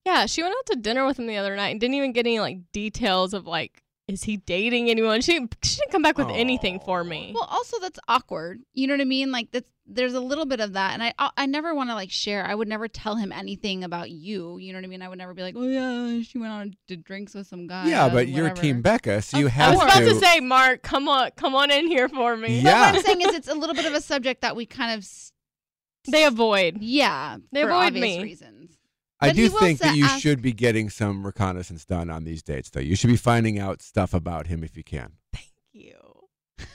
B: Yeah, she went out to dinner with him the other night and didn't even get any like details of like is he dating anyone? She she didn't come back with anything for me.
C: Well, also that's awkward. You know what I mean? Like that's there's a little bit of that, and I I never want to like share. I would never tell him anything about you. You know what I mean? I would never be like, oh yeah, she went on to drinks with some guy.
A: yeah,
C: uh,
A: but you're
C: whatever."
A: Team Becca, so
C: Of
A: you
C: course.
B: I
A: have
B: was about to
A: to
B: say, Mark, come on, come on in here for me.
C: But
A: Yeah.
C: what I'm saying is, it's a little bit of a subject that we kind of, s-
B: They avoid.
C: yeah,
B: They
C: for
B: avoid
C: obvious
B: me.
C: reasons.
A: I
C: But
A: do
C: he will
A: think that
C: sa-
A: you
C: ask-
A: should be getting some reconnaissance done on these dates, though. You should be finding out stuff about him if you can.
B: You.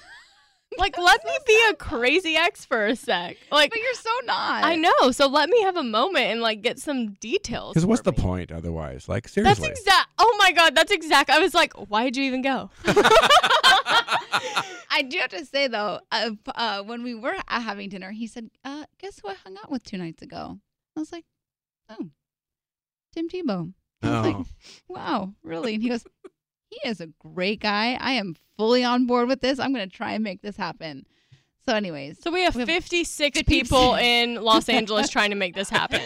B: Like, let me be a crazy ex for a sec. Like,
C: But you're so not.
B: I know. So let me have a moment and like get some details.
A: Because what's
B: for
A: the
B: me.
A: point otherwise? Like
B: That's
A: seriously.
B: exact. Oh my god, that's exact. I was like, why'd you even go?
C: I do have to say though, uh, p- uh, when we were uh, having dinner, he said, uh, "Guess who I hung out with two nights ago?" I was like, "Oh, Tim Tebow." I was like,
A: Oh.
C: "Wow, really?" And he goes, "He is a great guy. I am fully on board with this. I'm going to try and make this happen." So, anyways,
B: So we have
C: We have
B: 56
C: 56.
B: people in Los Angeles trying to make this happen.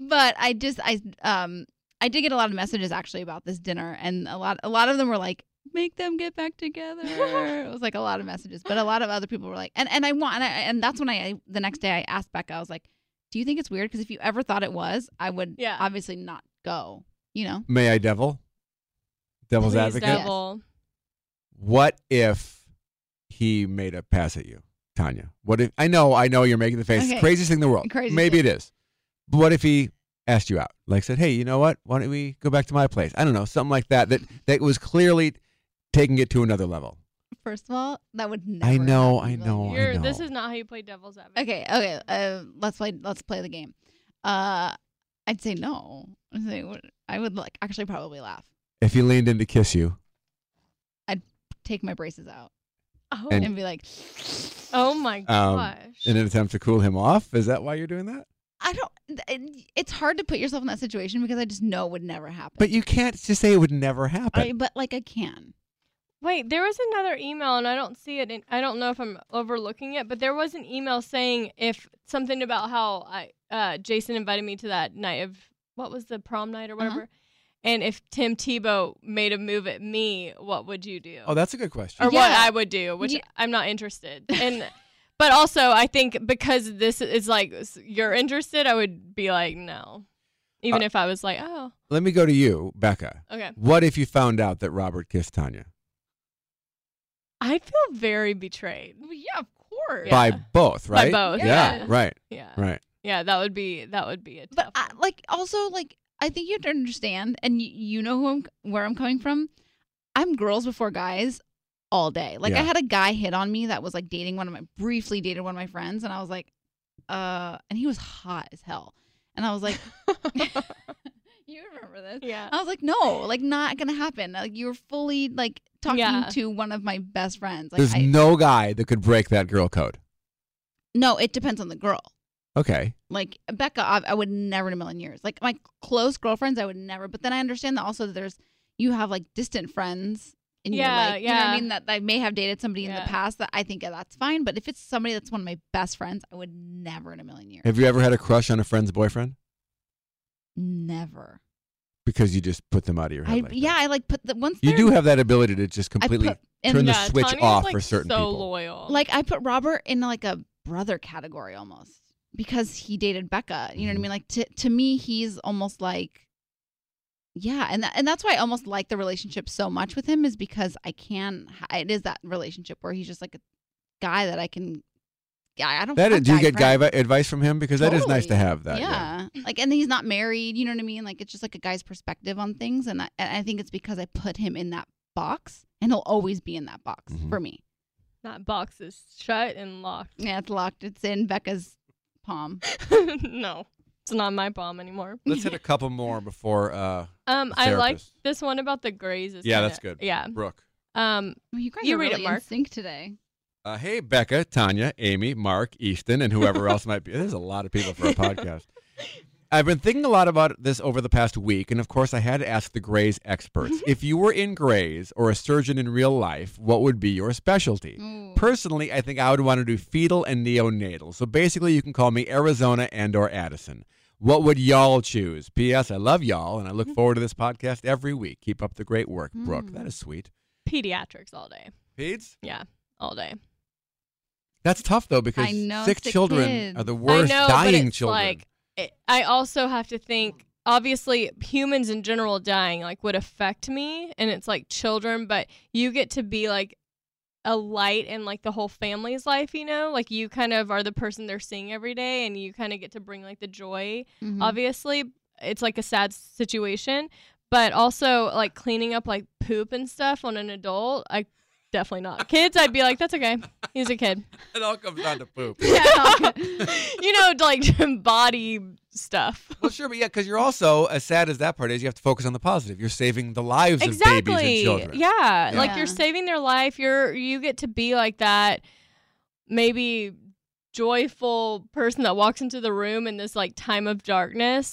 C: but I just I um I did get a lot of messages actually about this dinner, and a lot a lot of them were like, "Make them get back together." it was like a lot of messages, but a lot of other people were like, and and I want and, I, and that's when I, I the next day I asked Becca, I was like, "Do you think it's weird? Because if you ever thought it was, I would
B: Yeah.
C: obviously not go." You know,
A: May I devil? Devil's
B: Please,
A: advocate.
C: devil.
B: devil.
A: What if he made a pass at you, Tanya? What if I know, I know you're making the face.
C: Okay.
A: Craziest thing in the world.
C: Craziest
A: Maybe
C: thing.
A: it is. But what if he asked you out? Like said, Hey, you know what? Why don't we go back to my place? I don't know, something like that. That that was clearly taking it to another level.
C: first of all, that would never.
A: I know,
C: happen.
A: I know, Oh, I
B: You're,
A: know.
B: this is not how you play devil's advocate.
C: Okay, okay. Uh, let's play. Let's play the game. Uh, I'd say no. I'd say, I would like actually probably laugh.
A: if he leaned in to kiss you.
C: Take my braces out
B: Oh,
A: And- um,
C: and be like,
B: oh my gosh.
A: in an attempt to cool him off. Is that why you're doing that?
C: I don't. th- It's hard to put yourself in that situation because I just know it would never happen.
A: But you can't just say it would never happen.
C: I, but like I can.
B: Wait, there was another email, and I don't see it. In, I don't know if I'm overlooking it, but there was an email saying if something about how I uh, Jason invited me to that night of what was the prom night or
C: Uh-huh.
B: whatever, and if Tim Tebow made a move at me, what would you do?
A: oh, that's a good question.
B: or what
C: Yeah.
B: I would do, which
C: Ye-
B: I'm not interested. And but also, I think because this is like s- you're interested, I would be like no,
A: Uh
B: even if I was like oh
A: Let me go to you, Becca.
B: okay.
A: What if you found out that Robert kissed Tanya
B: I feel very betrayed.
C: Well, yeah, of course.
B: Yeah.
A: by both? Right.
B: both,
A: Yeah.
B: yeah.
A: Right.
B: Yeah.
A: Right.
B: Yeah, that would be that would be a
C: But
B: tough.
C: I, like also like I think you have to understand, and you, you know who I'm, where I'm coming from. I'm girls before guys all day. Like I
A: Yeah.
C: had a guy hit on me that was like dating one of my briefly dated one of my friends, and I was like, uh, and he was hot as hell, and I was like, you remember this?
B: yeah.
C: I was like, no, like not gonna happen. Like you were fully like talking
B: Yeah.
C: to one of my best friends. Like
A: There's
C: I,
A: no guy that could break that girl code.
C: no, it depends on the girl.
A: Okay.
C: Like Becca, I, I would never in a million years. Like my close girlfriends, I would never. But then I understand that also that there's you have like distant friends. In
B: Yeah,
C: your life, You know what I
B: yeah.
C: mean? That I may have dated somebody in
B: Yeah.
C: the past that I think "Oh, that's fine. But if it's somebody that's one of my best friends, I would never in a million years.
A: Have you ever had a crush on a friend's boyfriend
C: never.
A: because you just put them out of your head?
C: I
A: like that?
C: yeah, I like put the once
A: You
C: they're-
A: do have that ability to just
C: I
A: completely.
C: put- and
A: turn the
B: yeah,
A: switch
B: Tanya's,
A: off
B: like,
A: for certain
B: so
A: people.
B: loyal.
C: like I put Robert in like a brother category almost because he dated Becca. You know what I
A: Mhm.
C: mean? Like to to me, he's almost like yeah, and tha- and that's why I almost like the relationship so much with him is because I can. ha- It is that relationship where he's just like a guy that I can. Yeah, I don't.
A: that
C: have
A: is, do you
C: guy
A: get guy
C: friends.
A: vi- advice from him because that is nice to
C: Totally.
A: have that.
C: yeah. like and he's not married. You know what I mean? Like it's just like a guy's perspective on things, and I, and I think it's because I put him in that box, and he'll always be in that box
A: Mhm.
C: for me.
B: that box is shut and locked.
C: Yeah, it's locked. It's in Becca's palm.
B: no. It's not my bomb anymore.
A: Let's hit a couple more before uh,
B: Um
A: The
B: I like
A: therapist.
B: this one about the grays. is
A: Yeah,
B: kinda-
A: that's good.
B: Yeah.
A: Brooke.
B: Um
C: Well, you guys
B: You
C: are
B: read it,
C: really in
B: Mark.
C: sync today.
A: Uh, hey, Becca, Tanya, Amy, Mark, Easton, and whoever else might be. There's a lot of people for a podcast. I've been thinking a lot about this over the past week, and of course, I had to ask the Grays experts. if you were in Grays or a surgeon in real life, what would be your specialty?
C: Ooh.
A: Personally, I think I would want to do fetal and neonatal. So basically, you can call me Arizona and or Addison. What would y'all choose? P.S. I love y'all, and I
B: Mm-hmm.
A: look forward to this podcast every week. Keep up the great work, Brooke.
B: Hmm.
C: Mm.
A: That is sweet.
B: pediatrics all day.
A: Peds?
B: Yeah. All day.
A: That's tough though because
C: I know,
A: sick
C: sick
A: children
C: kids.
A: are the worst
B: I know,
A: dying
B: but it's
A: children.
B: Like it, I also have to think obviously humans in general dying like would affect me and it's like children, but you get to be like a light in like the whole family's life, you know? Like you kind of are the person they're seeing every day and you kind of get to bring like the joy.
A: Mm-hmm.
C: Mhm.
B: Obviously, it's like a sad situation, but also like cleaning up like poop and stuff on an adult, I Definitely not. Kids, I'd be like, that's okay. He's a kid.
A: It all comes down to poop.
C: Yeah.
B: You know, like body stuff.
A: Well, sure, but yeah, because you're also as sad as that part is, you have to focus on the positive. You're saving the lives of babies and
B: Exactly.
A: children.
B: Yeah.
A: Yeah.
B: Like you're
C: Yeah.
B: saving their life. You're you get to be like that maybe joyful person that walks into the room in this like time of darkness.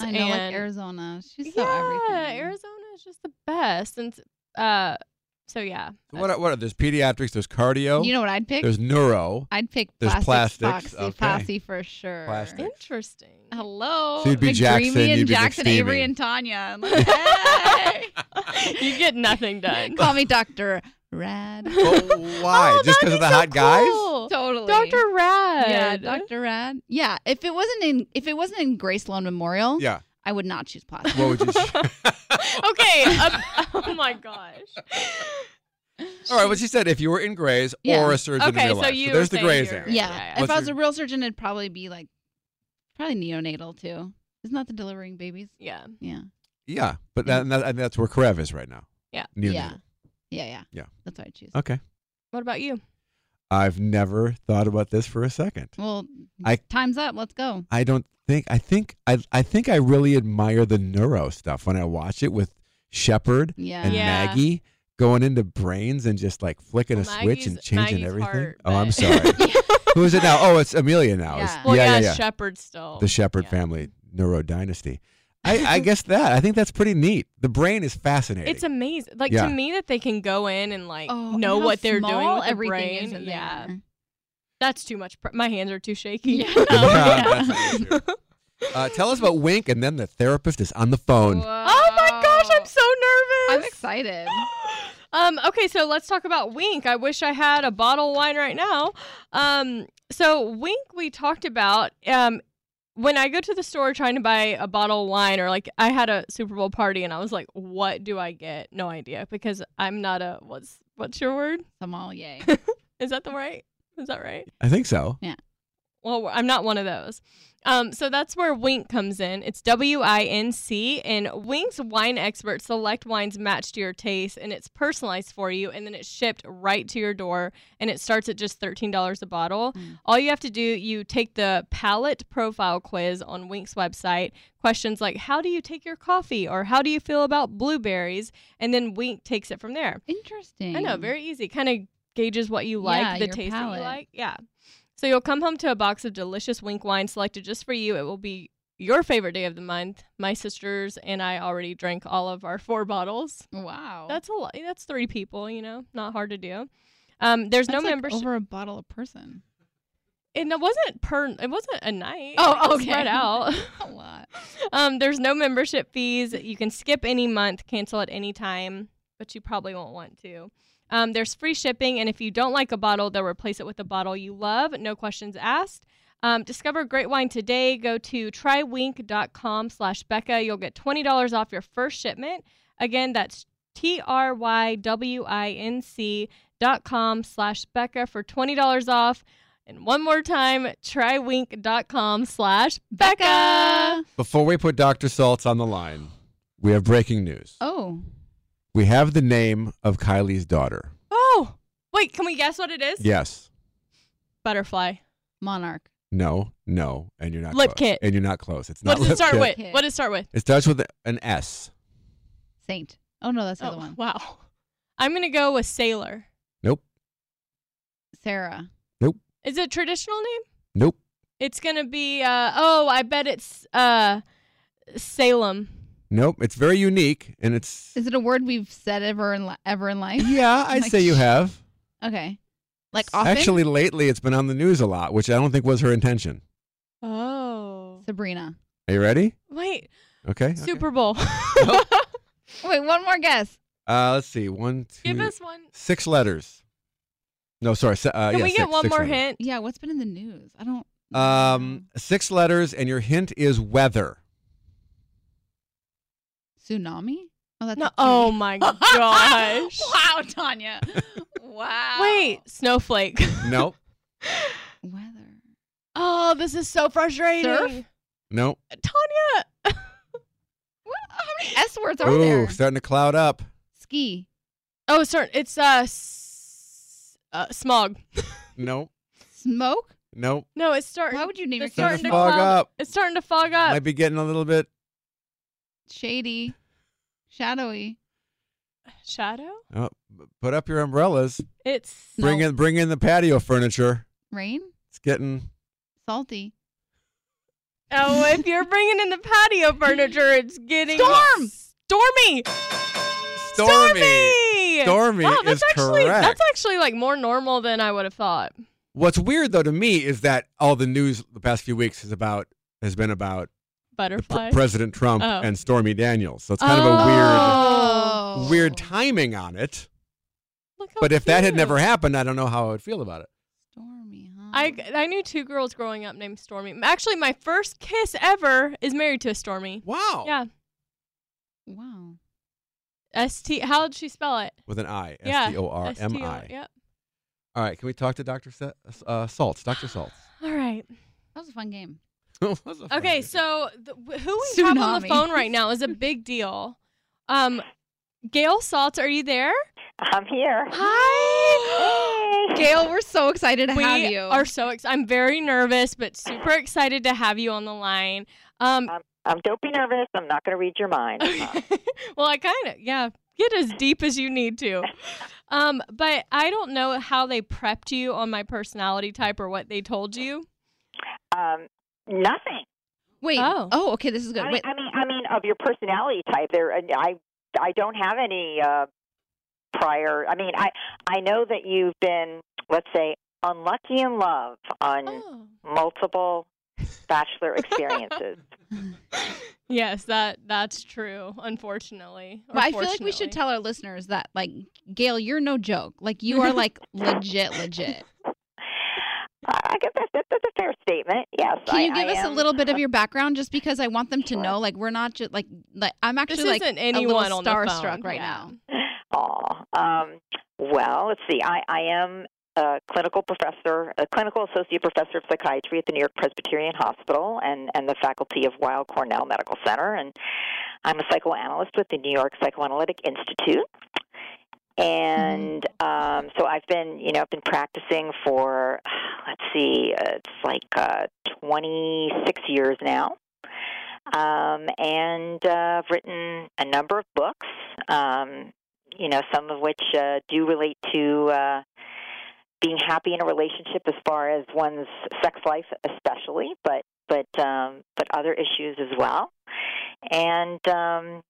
C: I know, like
B: and
C: Arizona. She's so
B: yeah,
C: everything.
B: Arizona is just the best. And uh so yeah.
A: So what? Are, what? Are, there's pediatrics. There's cardio.
C: You know what I'd pick?
A: there's neuro.
C: I'd pick
A: there's
C: plastic
A: plastics,
C: Foxy
A: okay.
C: Posse for sure.
A: Plastic.
B: Interesting.
C: Hello.
A: So you'd be
C: McDreamy
A: Jackson,
C: and
A: you'd be
C: Jackson, Avery,
A: McSteamy.
C: and Tanya. I'm like, hey.
B: you get nothing done.
C: Call me Doctor Rad.
A: But why?
B: Oh,
A: Just
B: that'd
A: because of
B: be
A: the
B: so
A: hot guys?
B: cool.
C: totally.
B: Dr. Rad.
C: Yeah, Doctor Rad. Yeah, if it wasn't in if it wasn't in Grace Sloan Memorial,
A: Yeah.
C: I would not choose plastic.
A: What would you?
B: okay.
C: um,
B: uh, oh my gosh.
A: all right. What she said. If you were in Grays
C: Yeah.
A: or a surgeon in
B: Okay,
A: real
B: so
A: life.
B: you
A: there's the
B: were saying
A: Grays
B: you're-
A: area.
C: yeah,
B: yeah,
C: if
A: yeah.
C: I was a real surgeon, it'd probably be like probably neonatal too. Isn't that the delivering babies?
B: Yeah.
C: Yeah,
A: Yeah, but that, and, that, and that's where Karev is right now.
B: Mm-hmm. Yeah.
A: Neonatal.
C: yeah, yeah, yeah.
A: Yeah. Uh,
C: that's what I choose.
A: Okay.
B: What about you?
A: I've never thought about this for a second.
C: Well,
A: I-
C: time's up. Let's go.
A: I don't think I think I I think I really admire the neuro stuff when I watch it with Shepard
C: Yeah.
A: and
B: Yeah.
A: Maggie going into brains and just like flicking
B: Well,
A: a switch and
B: Maggie's-
A: changing
B: Maggie's
A: everything.
B: heart,
A: oh, I'm
B: but-
A: sorry. Who is it now? Oh, it's Amelia now. It's-
C: Yeah.
B: Well,
A: yeah,
B: yeah,
A: yeah,
B: Shepherd still.
A: The Shepard
B: Oh, yeah.
A: family neuro dynasty. I, I guess that. I think that's pretty neat. The brain is fascinating.
B: It's amazing. Like
A: Yeah.
B: to me that they can go in and like
C: Oh,
B: know
C: and how
B: what they're doing
C: small
B: with the
C: everything
B: brain.
C: is in
B: yeah, Oh,
C: there.
B: that's too much. Pr- my hands are too shaky.
C: Yeah.
A: Yeah, that's uh, tell us about Wink, and then the therapist is on the phone.
B: oh my gosh, I'm so nervous.
C: I'm excited.
B: um, okay, so let's talk about Wink. I wish I had a bottle of wine right now. Um, so Wink, we talked about. Um, when I go to the store trying to buy a bottle of wine, or like I had a Super Bowl party and I was like, "What do I get?" No idea because I'm not a what's what's your word?
C: Sommelier.
B: Is that the right? Is that right?
A: I think so.
B: Well, I'm not one of those. Um, so that's where Wink comes in. It's W I N C, and Wink's wine experts select wines matched to your taste, and it's personalized for you, and then it's shipped right to your door, and it starts at just $13 a bottle.
C: Mm.
B: All you have to do, you take the palate profile quiz on Wink's website. Questions like, How do you take your coffee? or How do you feel about blueberries? And then Wink takes it from there.
C: Interesting.
B: I know, very easy. Kind of gauges what you like,
C: Yeah,
B: the
C: your
B: taste that
C: palate.
B: you like. Yeah. So you'll come home to a box of delicious wink wine selected just for you. It will be your favorite day of the month. My sisters and I already drank all of our four bottles.
C: Wow.
B: That's a lot. That's three people. You know, not hard to do. Um, there's
C: That's
B: no
C: like
B: membership,
C: over a bottle of person.
B: and it wasn't per. It wasn't a night.
C: Oh,
B: It was
C: okay.
B: Spread out.
C: A lot.
B: um, there's no membership fees. You can skip any month, cancel at any time, but you probably won't want to. Um, there's free shipping, and if you don't like a bottle, they'll replace it with a bottle you love. No questions asked. Um, discover great wine today. Go to trywink.com slash Becca. You'll get $20 off your first shipment. Again, that's T-R-Y-W-I-N-C dot com slash Becca for $20 off. And one more time, trywink.com slash Becca.
A: Before we put Dr. Saltz on the line, we have breaking news.
C: Oh.
A: We have the name of Kylie's daughter.
B: Oh, wait, can we guess what it is?
A: Yes.
B: Butterfly.
C: Monarch.
A: No. No. And you're not
B: Lip
A: close.
B: kit.
A: And you're not close. It's not
B: What does it
A: lip
B: start
A: kit.
B: with?
C: Kit.
B: What does it start with?
A: It starts with an S.
C: Saint. Oh no, that's the other one.
B: wow. I'm going to go with sailor.
A: Nope.
C: Sarah.
B: Is it a traditional name?
A: Nope.
B: It's going to be, uh, oh, I bet it's uh, Salem.
A: Nope. It's very unique, and it's
C: Is it a word we've said ever in li- ever in life?
A: yeah. I'd
C: Like,
A: say you
C: sh-
A: have.
C: Okay. Like often.
A: Actually, lately it's been on the news a lot, which I don't think was her intention.
B: Oh.
C: Sabrina.
A: Are you ready?
B: Wait,
A: Okay. okay.
B: Super Bowl.
C: Wait, one more guess.
A: Uh, let's see. One, two,
B: Give us one.
A: six letters. No, sorry. se- Uh,
B: Can
A: yeah,
B: we get
A: six-
B: one
A: six
B: more
A: letters.
B: hint?
C: Yeah, what's been in the news? I don't.
A: Um, six letters, and your hint is weather.
C: Tsunami. Oh, that's
B: No.
C: a
B: Oh
C: T.
B: my gosh.
C: wow, Tanya. wow.
B: Wait, snowflake.
A: Nope.
C: Weather.
B: Oh, this is so frustrating.
C: Surf?
A: Nope.
B: Tanya.
C: What? How many S words are
A: Ooh,
C: there?
A: starting to cloud up.
C: Ski.
B: Oh, sorry. It's uh, Uh, smog.
A: Nope.
C: Smoke?
A: Nope.
B: No, it's starting.
C: Why would you name your
B: it's
C: kid
A: starting to
B: starting to
C: Smoke?
A: fog
B: cloud-
A: up.
B: It's starting to fog up.
A: Might be getting a little bit.
C: Shady. Shadowy.
B: Shadow.
A: Oh, put up your umbrellas.
B: It's
A: Bring
C: No.
A: in bring in the patio furniture.
C: Rain?
A: It's getting
C: Salty.
B: oh, if you're bringing in the patio furniture, it's getting
C: Storm!
B: Stormy.
A: stormy.
B: Stormy.
A: Stormy
B: Wow, that's
A: is
B: actually
A: correct.
B: that's actually like more normal than I would have thought.
A: What's weird though to me is that all the news the past few weeks is about has been about the pr-
B: Butterfly.
A: President Trump
B: Oh.
A: and Stormy Daniels. So it's kind of a weird
B: Oh.
A: weird timing on it.
B: Look how
A: But if that had
B: cute.
A: never happened, I don't know how I would feel about it.
C: Stormy, huh?
B: I, I knew two girls growing up named Stormy. Actually, my first kiss ever is married to a Stormy.
A: Wow.
B: Yeah.
C: Wow.
B: S T. How did she spell it?
A: With an I.
B: Yeah.
A: S T O R M
B: S-T-O-
A: I.
B: Yep.
A: All right. Can we talk to Dr. Sa- uh, Saltz? Dr. Saltz.
B: All right.
C: That was a fun game.
A: That was a fun
B: Okay.
A: game.
B: So the, wh- who we have on the
C: Tsunami.
B: phone right now is a big deal. Um, Gail Saltz, are you there?
F: I'm here.
B: Hi.
F: Hey.
C: Gail, we're so excited to
B: we
C: have you.
B: are so excited. I'm very nervous, but super excited to have you on the line. Um,
F: I'm dopey nervous. I'm not going to read your mind. Uh,
B: well, I kind of yeah. Get as deep as you need to. Um, but I don't know how they prepped you on my personality type or what they told you.
F: um, nothing.
C: Wait.
B: Oh.
C: Oh. okay. This is good.
F: I mean,
C: Wait.
F: I mean, I mean, of your personality type. There, and I, I don't have any uh, prior. I mean, I, I know that you've been, let's say, unlucky in love on
B: Oh.
C: Oh.
F: multiple bachelor experiences.
B: Yes, that that's true, unfortunately. or
C: Well, I feel like we should
B: fortunately.
C: tell our listeners that, like, Gail, you're no joke. Like, you are like legit, legit.
F: I, I guess that's, that's, that's a fair statement. Yes.
C: Can
F: I-
C: you give
F: I
C: us a
F: am.
C: little bit of your background, just because I want them to
F: Sure.
C: know, like, we're not just like, like I'm actually
B: This
C: like
B: isn't
C: a little
B: anyone on the phone.
C: starstruck right
B: Yeah.
C: now.
F: Aw. Um, well, let's see. I, I am a clinical professor, a clinical associate professor of psychiatry at the New York Presbyterian Hospital and, and the faculty of Weill Cornell Medical Center. And I'm a psychoanalyst with the New York Psychoanalytic Institute. And um, so I've been, you know, I've been practicing for, let's see, uh, it's like uh, 26 years now um, and uh, I've written a number of books. Um, you know, some of which uh, do relate to uh, being happy in a relationship, as far as one's sex life, especially, but but um, but other issues as well. And um,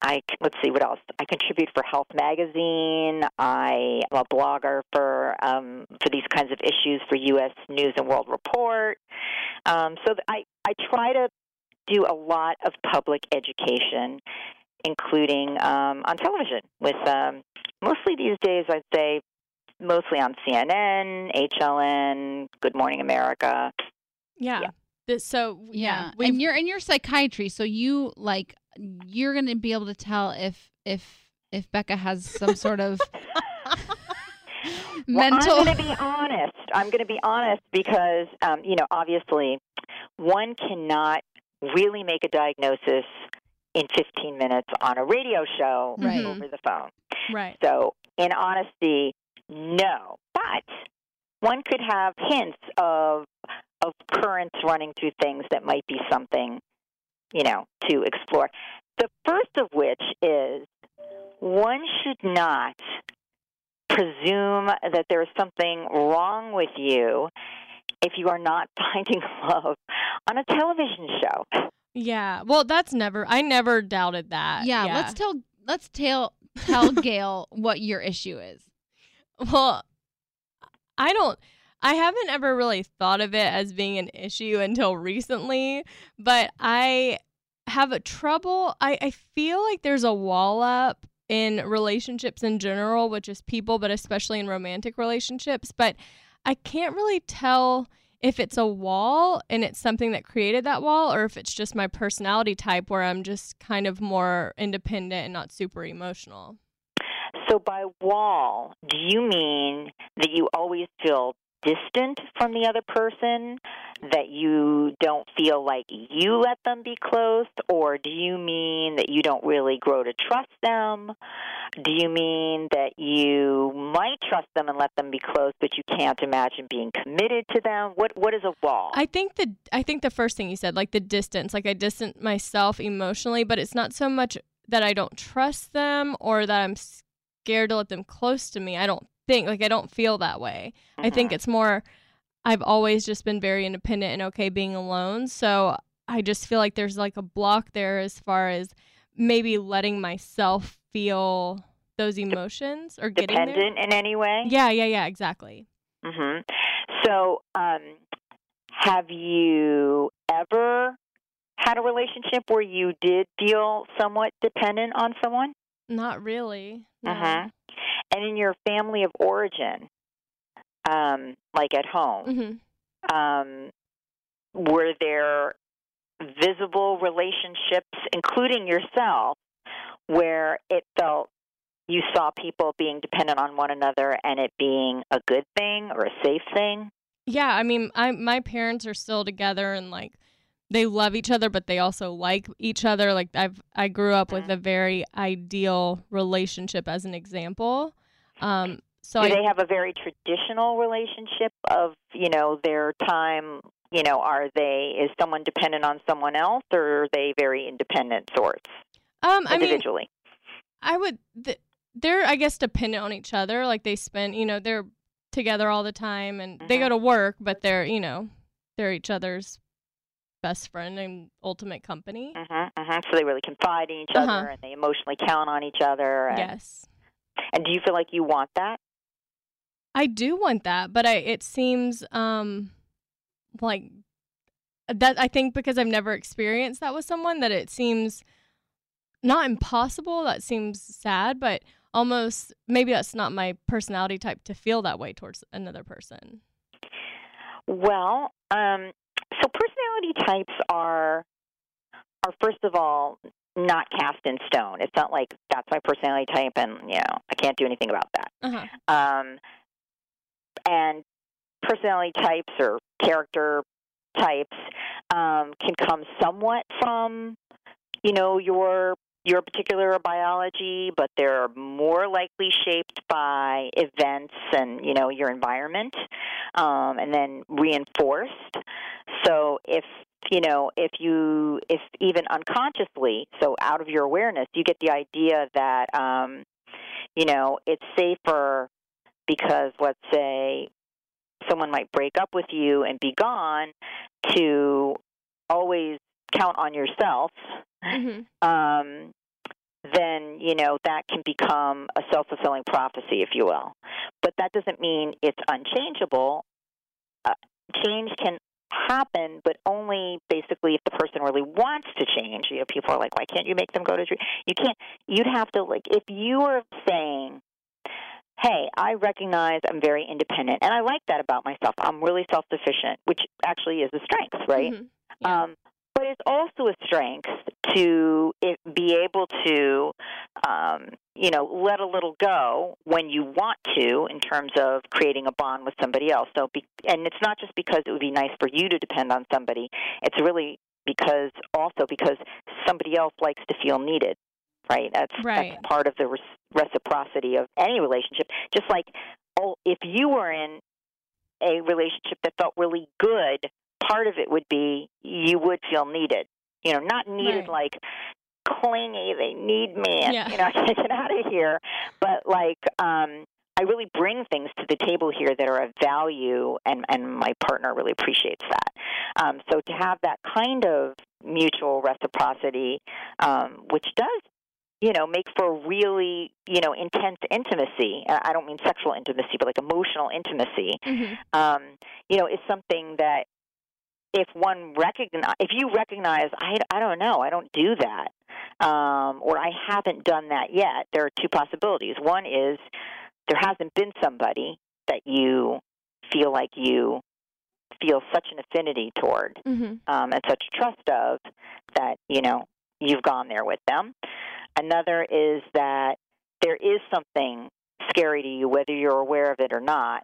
F: I let's see what else I contribute for Health Magazine. I am a blogger for um, for these kinds of issues for U.S. News and World Report. Um, so th- I I try to do a lot of public education, including um, on television, with um, mostly these days, I'd say, mostly on CNN, HLN, Good Morning America.
B: Yeah.
F: Yeah.
B: Th- So
C: Yeah,
B: yeah,
C: and
B: we've-
C: you're in your psychiatry, so you like you're gonna be able to tell if if if Becca has some sort of mental.
F: Well, I'm going to be honest. I'm going to be honest because, um, you know, obviously, one cannot really make a diagnosis in 15 minutes on a radio show
C: Right.
F: over the phone.
B: Mm-hmm. right.
F: So, in honesty, no. But one could have hints of of currents running through things that might be something, you know, to explore. The first of which is one should not presume that there is something wrong with you if you are not finding love on a television show.
B: Yeah. Well, that's never. I never doubted that.
C: Uh, yeah, let's tell let's tell tell Gail what your issue is.
B: Well, I don't. I haven't ever really thought of it as being an issue until recently, but I have a trouble. I, I feel like there's a wall up in relationships in general, which is people, but especially in romantic relationships. But I can't really tell if it's a wall and it's something that created that wall or if it's just my personality type where I'm just kind of more independent and not super emotional.
F: So by wall, do you mean that you always feel distant from the other person, that you don't feel like you let them be close, or do you mean that you don't really grow to trust them? Do you mean that you might trust them and let them be close, but you can't imagine being committed to them? What what is a wall?
B: I think the I think the first thing you said, like the distance, like I distant myself emotionally, but it's not so much that I don't trust them or that I'm scared to let them close to me. I don't think like I don't feel that way. I
F: Mm-hmm.
B: think it's more I've always just been very independent and okay being alone. So I just feel like there's like a block there as far as maybe letting myself feel those emotions or getting there.
F: dependent in any way?
B: Yeah, yeah, yeah, exactly.
F: hmm So, um, have you ever had a relationship where you did feel somewhat dependent on someone?
B: Not really. No.
F: Mhm. And in your family of origin, um, like at home,
B: Mhm.
F: um, were there visible relationships, including yourself, where it felt you saw people being dependent on one another and it being a good thing or a safe thing?
B: Yeah, I mean, I my parents are still together and like they love each other, but they also like each other. Like I've I grew up with a very ideal relationship as an example. Um, so
F: Do
B: I,
F: they have a very traditional relationship of, you know, their time? You know, are they, is someone dependent on someone else or are they very independent sorts
B: um, I mean,
F: individually?
B: I would. Th- they're, I guess, dependent on each other. Like they spend, you know, they're together all the time, and they go
F: Mhm.
B: to work, but they're, you know, they're each other's best friend and ultimate company.
F: hmm hmm So they really confide in each
B: Uh-huh.
F: other and they emotionally count on each other. And,
B: Yes,
F: and do you feel like you want that?
B: I do want that, but I it seems um like that I think because I've never experienced that with someone that it seems not impossible, that seems sad, but almost maybe that's not my personality type to feel that way towards another person.
F: Well, um, so personality types are are first of all not cast in stone. It's not like that's my personality type, and you know I can't do anything about that.
B: Uh-huh.
F: Um, and personality types or character types um, can come somewhat from you know your your particular biology, but they're more likely shaped by events and you know your environment, um, and then reinforced. So if you know if you if even unconsciously, so out of your awareness, you get the idea that um, you know it's safer because let's say someone might break up with you and be gone to always count on yourself
B: hmm
F: um, then you know that can become a self-fulfilling prophecy, if you will. But that doesn't mean it's unchangeable. Uh, change can happen, but only basically if the person really wants to change. You know, people are like, "Why can't you make them go to?" tre-" You can't. You'd have to like if you were saying. Hey, I recognize I'm very independent, and I like that about myself. I'm really self sufficient, which actually is a strength, right?
B: Mhm. Yeah.
F: Um, but it's also a strength to it, be able to, um, you know, let a little go when you want to, in terms of creating a bond with somebody else. So, be, and it's not just because it would be nice for you to depend on somebody. It's really because also because somebody else likes to feel needed, right? That's
B: Right.
F: that's part of the res- reciprocity of any relationship. Just like, oh, if you were in a relationship that felt really good part of it would be you would feel needed. You know, not needed like clingy, they need me, and,
B: Yeah.
F: you know, get out of here. But like, um, I really bring things to the table here that are of value, and, and my partner really appreciates that. Um, so to have that kind of mutual reciprocity, um, which does you know, make for really, you know, intense intimacy. and I don't mean sexual intimacy, but like emotional intimacy
B: Mhm.
F: um, you know, is something that if one recognize, if you recognize, I, I don't know, I don't do that, um, or I haven't done that yet, there are two possibilities. One is there hasn't been somebody that you feel like you feel such an affinity toward
B: Mhm.
F: um, and such trust of that you know you've gone there with them. Another is that there is something scary to you, whether you're aware of it or not,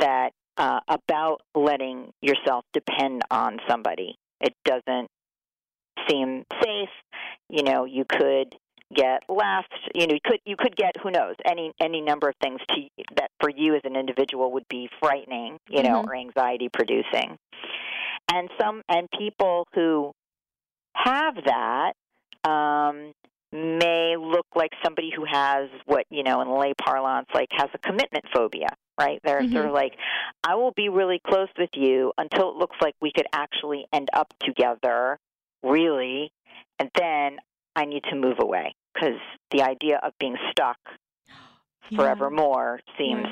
F: that uh, about letting yourself depend on somebody. It doesn't seem safe. You know, you could get left. You know, you could you could get who knows any any number of things to that for you as an individual would be frightening. You know, or anxiety producing. And some and people who have that um, may look like somebody who has what you know in lay parlance like has a commitment phobia right they're
B: Mhm.
F: sort of like i will be really close with you until it looks like we could actually end up together really and then i need to move away because the idea of being stuck forevermore seems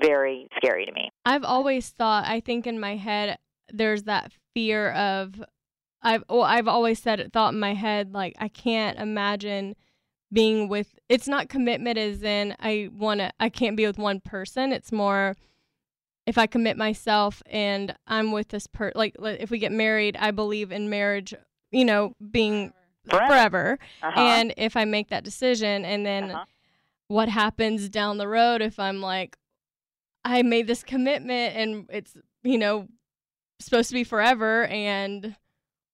F: very scary to me
B: I've always thought, I think in my head, there's that fear of, I've well, I've always said it, thought in my head, like I can't imagine being with. It's not commitment as in I want to. I can't be with one person. It's more if I commit myself and I'm with this per. Like li- if we get married, I believe in marriage. You know, being
F: forever,
B: forever.
F: Uh-huh.
B: And if I make that decision, and then
F: Uh-huh.
B: what happens down the road if I'm like, I made this commitment and it's, you know, supposed to be forever. And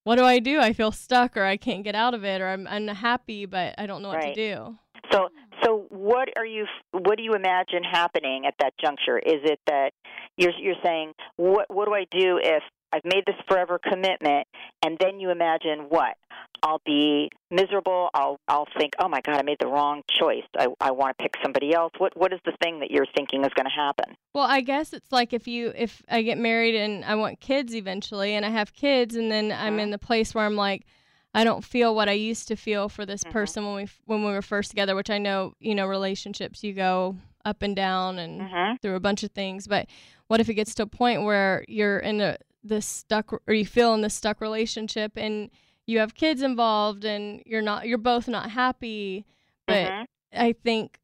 B: what do I do? I feel stuck or I can't get out of it or I'm unhappy, but I don't know what
F: Right.
B: to do.
F: So, so what are you? What do you imagine happening at that juncture? Is it that you're you're saying what What do I do if I've made this forever commitment? And then you imagine what? I'll be miserable. I'll I'll think, oh my god, I made the wrong choice. I I want to pick somebody else. What What is the thing that you're thinking is going to happen?
B: Well, I guess it's like if you if I get married and I want kids eventually and I have kids and then I'm
F: Mhm.
B: in the place where I'm like I don't feel what I used to feel for this
F: Mhm.
B: person when we f- when we were first together, which I know, you know, relationships you go up and down and
F: Mm-hmm.
B: through a bunch of things, but what if it gets to a point where you're in a this stuck or you feel in this stuck relationship and you have kids involved and you're not you're both not happy, but
F: Mm-hmm.
B: I think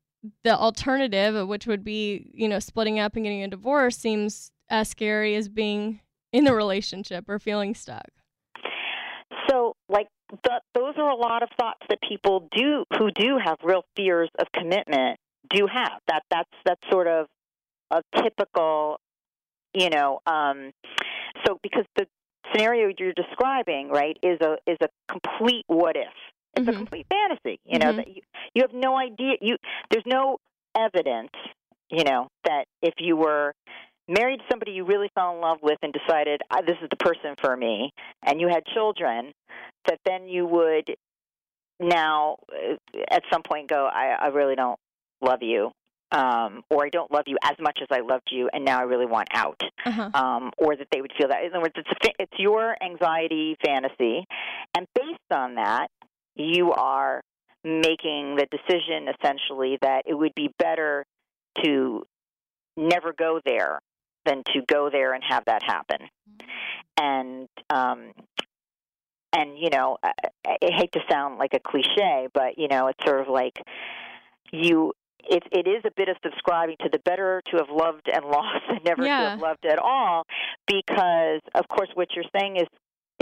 B: the alternative, uh, which would be, you know, splitting up and getting a divorce, seems as scary as being in the relationship or feeling stuck.
F: So, like, th- those are a lot of thoughts that people do who do have real fears of commitment do have. That that's that's sort of a typical, you know. Um, so, because the scenario you're describing, right, is a is a complete what if. It's a
B: Mhm.
F: complete fantasy. You know
B: Mhm.
F: that you, you have no idea. You there's no evidence. You know that if you were married to somebody you really fell in love with and decided "I- this is the person for me, and you had children, that then you would now uh, at some point go, I, I really don't love you, um, or I don't love you as much as I loved you, and now I really want out,
B: Uh-huh.
F: um, or that they would feel that. In other words, it's, a, fa- it's your anxiety fantasy, and based on that, you are making the decision essentially that it would be better to never go there than to go there and have that happen and um and you know I, I I hate to sound like a cliche but you know it's sort of like you it it is a bit of subscribing to the better to have loved and lost and never to
B: Yeah.
F: have loved at all because of course what you're saying is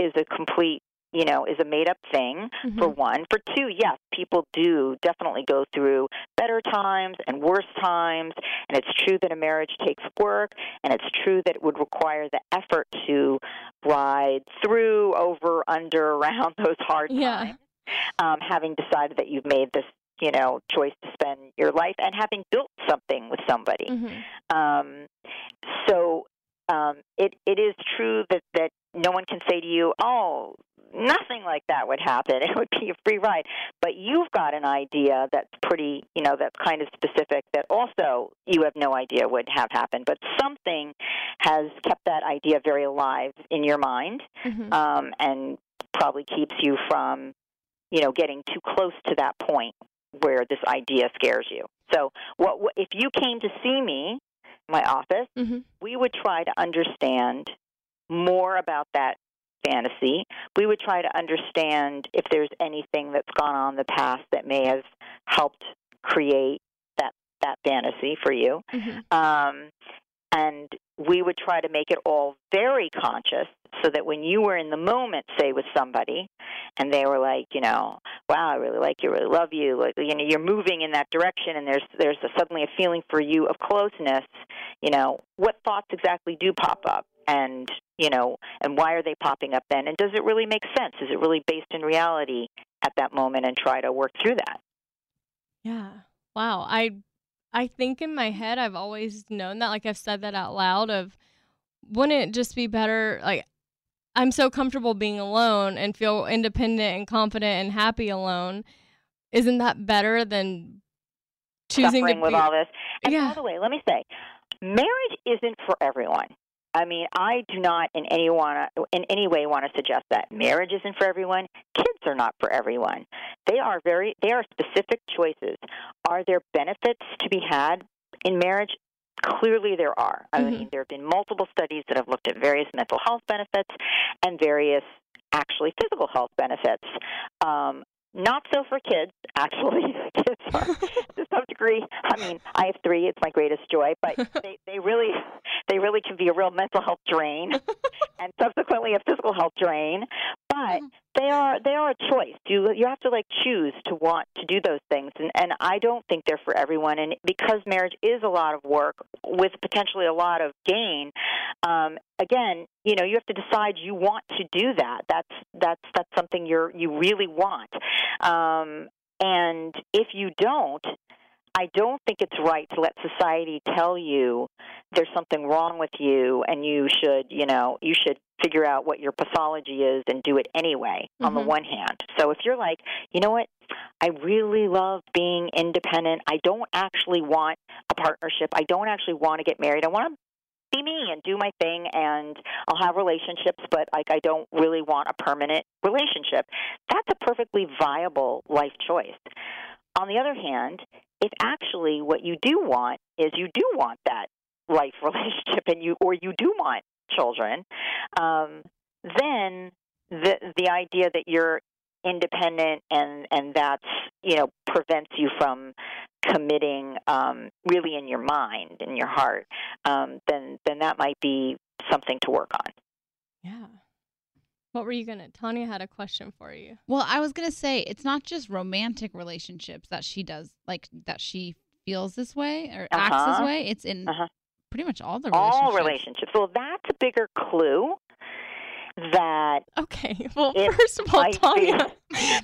F: is a complete you know is a made up thing for
B: Mhm.
F: one. For two, yes, people do definitely go through better times and worse times. And it's true that a marriage takes work, and it's true that it would require the effort to ride through, over, under, around those hard
B: Yeah.
F: times. Um, having decided that you've made this, you know, choice to spend your life and having built something with somebody.
B: Mhm.
F: Um, so um, it it is true that that no one can say to you, "Oh, nothing like that would happen. It would be a free ride." But you've got an idea that's pretty, you know, that's kind of specific. That also you have no idea would have happened, but something has kept that idea very alive in your mind,
B: Mhm.
F: um, and probably keeps you from, you know, getting too close to that point where this idea scares you. So, what, what if you came to see me, my office?
B: Mhm.
F: We would try to understand more about that fantasy. We would try to understand if there's anything that's gone on in the past that may have helped create that that fantasy for you
B: Mhm.
F: um, and we would try to make it all very conscious so that when you were in the moment say with somebody and they were like, you know, wow, I really like you, really love you. Like, you know, you're moving in that direction, and there's there's a, suddenly a feeling for you of closeness. You know, what thoughts exactly do pop up, and you know, and why are they popping up then? And does it really make sense? Is it really based in reality at that moment? And try to work through that.
B: Yeah. Wow. I I think in my head I've always known that. Like I've said that out loud of wouldn't it just be better like I'm so comfortable being alone and feel independent and confident and happy alone. Isn't that better than choosing
F: Suffering
B: to
F: with
B: be-
F: all this. And
B: Yeah.
F: by the way, let me say, marriage isn't for everyone. I mean, I do not in any want in any way want to suggest that marriage isn't for everyone. Kids are not for everyone. They are very they are specific choices. Are there benefits to be had in marriage? Clearly, there are. I
B: Mhm.
F: mean, there have been multiple studies that have looked at various mental health benefits and various actually physical health benefits. Um, not so for kids, actually. kids are, to some degree. I mean, I have three; it's my greatest joy. But they, they really, they really can be a real mental health drain, and subsequently a physical health drain. But they are they are a choice. You you have to like choose to want to do those things, and and I don't think they're for everyone. And because marriage is a lot of work with potentially a lot of gain, um, again, you know, you have to decide you want to do that. That's that's that's something you're you really want. Um, and if you don't, I don't think it's right to let society tell you there's something wrong with you and you should, you know, you should figure out what your pathology is and do it anyway on the
B: Mhm.
F: one hand. So if you're like, you know what, I really love being independent. I don't actually want a partnership. I don't actually want to get married. I want to be me and do my thing and I'll have relationships, but like I don't really want a permanent relationship. That's a perfectly viable life choice. On the other hand, if actually what you do want is you do want that life relationship and you or you do want children, um, then the the idea that you're independent and and that's you know prevents you from committing um, really in your mind in your heart um, then then that might be something to work on.
B: Yeah. What were you gonna Tanya had a question for you.
C: Well, I was gonna say it's not just romantic relationships that she does, like that she feels this way or acts
F: Uh-huh.
C: this way. It's in
F: Uh-huh.
C: pretty much all the relationships.
F: All relationships. Well, that's a bigger clue that
B: Okay. Well
F: It
B: first of all,
F: might be.
B: Tanya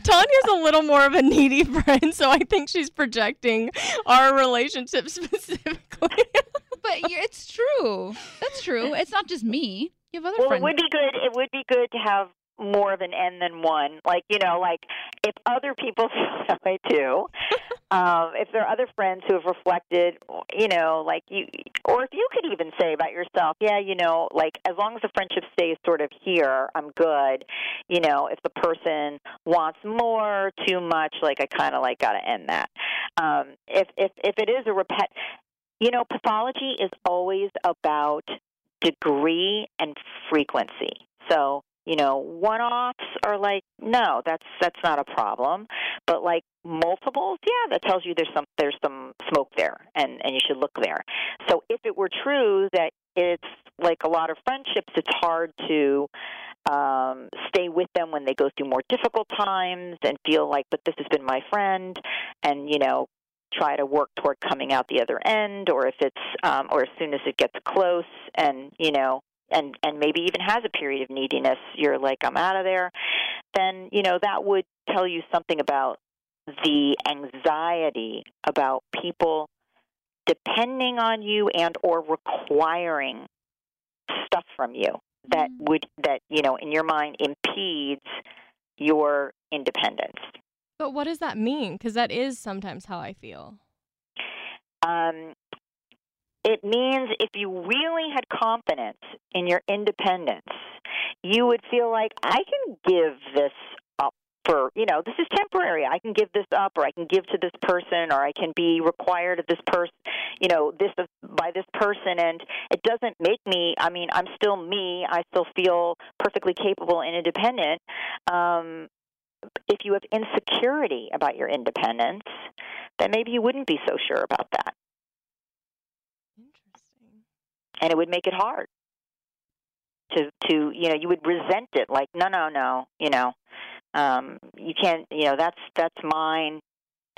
B: Tanya's a little more of a needy friend, so I think she's projecting our relationship specifically.
C: But you it's true. That's true. It's not just me. You have other
F: well,
C: friends.
F: it would be good. It would be good to have more of an N than one. Like you know, like if other people feel that way too, um, if there are other friends who have reflected, you know, like you, or if you could even say about yourself, yeah, you know, like as long as the friendship stays sort of here, I'm good. You know, if the person wants more, too much, like I kind of like got to end that. Um, if if if it is a repet, you know, pathology is always about degree and frequency. So, you know, one-offs are like, no, that's that's not a problem. But like multiples, yeah, that tells you there's some there's some smoke there and and you should look there. So, if it were true that it's like a lot of friendships, it's hard to um, stay with them when they go through more difficult times and feel like, but this has been my friend, and you know, try to work toward coming out the other end or if it's um, or as soon as it gets close and you know and and maybe even has a period of neediness you're like i'm out of there then you know that would tell you something about the anxiety about people depending on you and or requiring stuff from you that
C: Mm.
F: would that you know in your mind impedes your independence
B: but what does that mean? Because that is sometimes how I feel.
F: um, it means if you really had confidence in your independence, you would feel like I can give this up for, you know, this is temporary. I can give this up or I can give to this person or I can be required of this person, you know, this by this person and it doesn't make me, I mean, I'm still me. I still feel perfectly capable and independent. Um if you have insecurity about your independence, then maybe you wouldn't be so sure about that.
B: Interesting.
F: and it would make it hard to to you know you would resent it like no no no you know Um, you can't, you know, that's that's mine,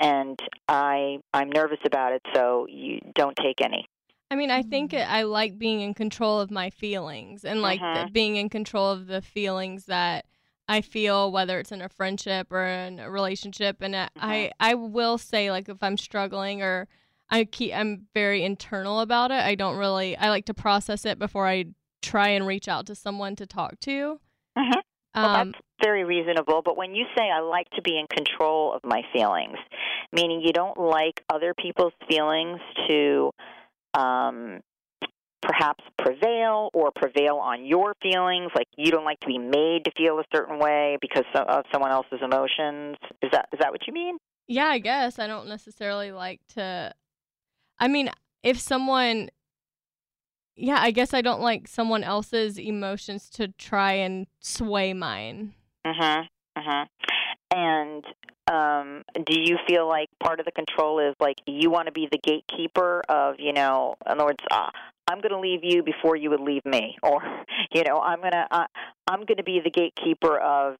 F: and I I'm nervous about it, so you don't take any.
B: I mean, I think it, I like being in control of my feelings and like the-
F: Mm. Uh-huh.
B: being in control of the feelings that I feel, whether it's in a friendship or in a relationship. And I,
F: Mm-hmm.
B: I, I will say, like, if I'm struggling or I keep, I'm very internal about it. I don't really, I like to process it before I try and reach out to someone to talk to.
F: Mhm. Well,
B: Um,
F: that's very reasonable. But when you say I like to be in control of my feelings, meaning you don't like other people's feelings to um, perhaps prevail or prevail on your feelings, like you don't like to be made to feel a certain way because so- of someone else's emotions. Is that is that what you mean?
B: Yeah, I guess I don't necessarily like to. I mean, if someone. Yeah, I guess I don't like someone else's emotions to try and sway mine.
F: Mm-hmm. Mm-hmm. And um, do you feel like part of the control is like you want to be the gatekeeper of, you know, in other words, uh, I'm going to leave you before you would leave me, or you know, I'm gonna uh, I'm going to be the gatekeeper of,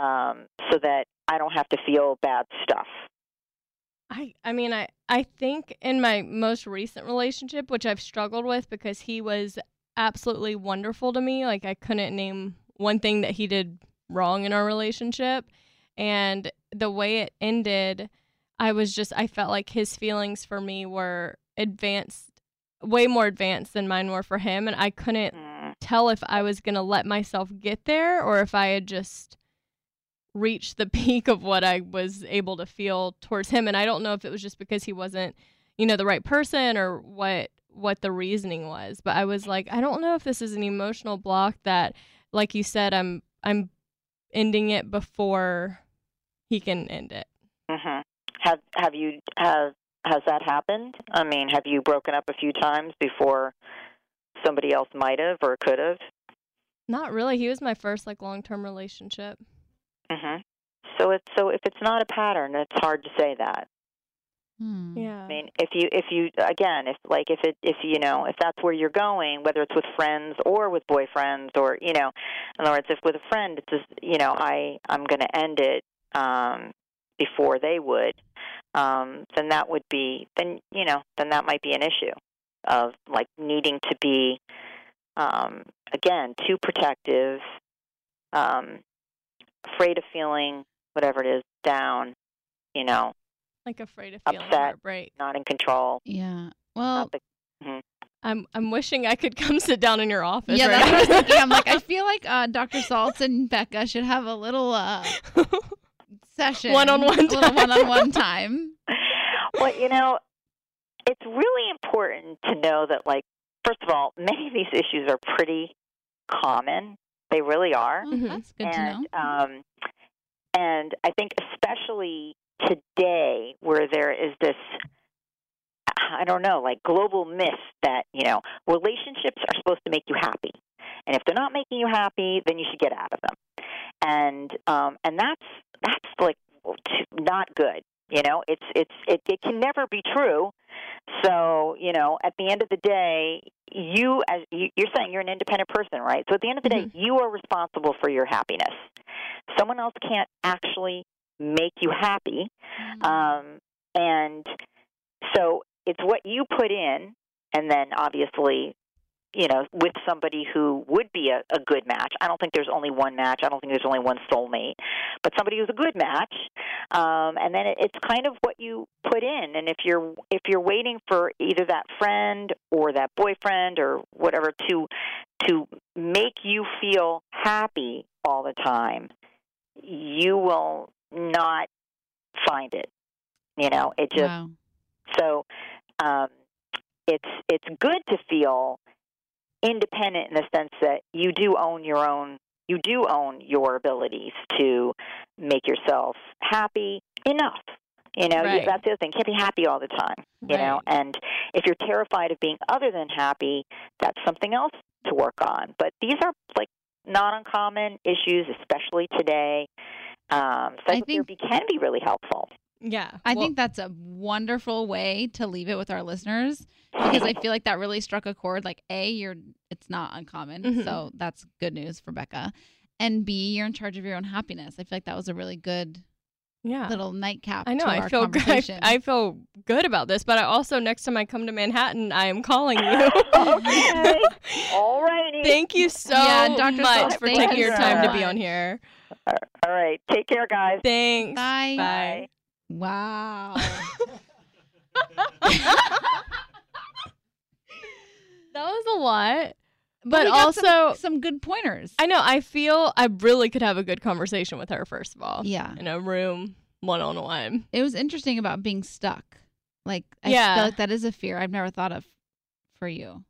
F: um, so that I don't have to feel bad stuff.
B: I I mean, I I think in my most recent relationship, which I've struggled with because he was absolutely wonderful to me, like I couldn't name one thing that he did wrong in our relationship, and the way it ended, I was just I felt like his feelings for me were advanced way more advanced than mine were for him and I couldn't
F: Mm.
B: tell if I was going to let myself get there or if I had just reached the peak of what I was able to feel towards him and I don't know if it was just because he wasn't, you know, the right person or what what the reasoning was, but I was like I don't know if this is an emotional block that like you said I'm I'm ending it before he can end it.
F: hmm Have Have you have has that happened? I mean, have you broken up a few times before somebody else might have or could have?
B: Not really. He was my first like long-term relationship.
F: hmm So it's so if it's not a pattern, it's hard to say that.
C: Hmm.
B: Yeah.
F: I mean, if you if you again, if like if it if you know if that's where you're going, whether it's with friends or with boyfriends or you know, in other words, if with a friend, it's just you know I I'm going to end it um, before they would, um, then that would be then you know then that might be an issue of like needing to be um, again too protective, um, afraid of feeling whatever it is down, you know,
B: like afraid of feeling
F: Upset.
B: heartbreak.
F: not in control.
C: Yeah.
F: not
C: Well,
F: the
B: I'm I'm wishing I could come sit down in your office.
C: yeah, that's
B: right
C: what I was
B: now.
C: thinking. I'm like, I feel like uh, Dr. Saltz and Becca should have a little uh, session.
B: One-on-one
C: A little
B: time.
C: one-on-one time.
F: well, you know, it's really important to know that, like, first of all, many of these issues are pretty common. They really are.
C: Well,
B: Mhm.
C: That's Mm, good
F: and,
C: to know.
F: Um, and I think, especially today, where there is this, I don't know, like global myth that, you know, relationships are supposed to make you happy. And if they're not making you happy, then you should get out of them. And um, and that's that's like not good. You know, it's it's it, it can never be true. So you know, at the end of the day, you as you, you're saying you're an independent person, right? So at the end of the day, you are responsible for your happiness. Someone else can't actually make you happy.
C: Mm-hmm. Mm.
F: Um, and so it's what you put in, and then obviously, you know, with somebody who would be a, a good match. I don't think there's only one match. I don't think there's only one soulmate, but somebody who's a good match. Um, and then it, it's kind of what you put in. And if you're if you're waiting for either that friend or that boyfriend or whatever to to make you feel happy all the time, you will not find it. You know, it just
C: wow.
F: so um, it's it's good to feel independent in the sense that you do own your own you do own your abilities to make yourself happy enough. You know, you-
B: Right.
F: that's the other thing. You can't be happy all the time. You know,
B: Right.
F: and if you're terrified of being other than happy, that's something else to work on. But these are like not uncommon issues, especially today. Um,
C: I
F: psychotherapy
C: think-
F: can be really helpful.
B: yeah.
C: I
B: well,
C: think that's a wonderful way to leave it with our listeners because I feel like that really struck a chord. Like, a, you're it's not uncommon,
B: Mhm.
C: so that's good news for Becca, and B, you're in charge of your own happiness. I feel like that was a really good
B: Yeah.
C: little nightcap.
B: Ah. I know.
C: To
B: I
C: our
B: feel good. I,
C: conversation.
B: I feel good about this, but I also next time I come to Manhattan, I am calling you.
F: okay. All righty.
B: Thank you so
C: Yeah, Dr.
B: much
C: Salt,
B: for
C: thank
B: taking
F: you
B: your time
F: so
B: to be on
C: much.
B: here.
F: All right. Take care, guys.
B: Thanks.
C: Bye.
B: Bye.
C: Wow.
B: That was a lot. But
C: We got
B: also,
C: some- some good pointers.
B: I know, I feel I really could have a good conversation with her, first of all,
C: yeah.
B: in a room, one on one.
C: It was interesting about being stuck. Like I
B: Yeah.
C: feel like that is a fear I've never thought of for you.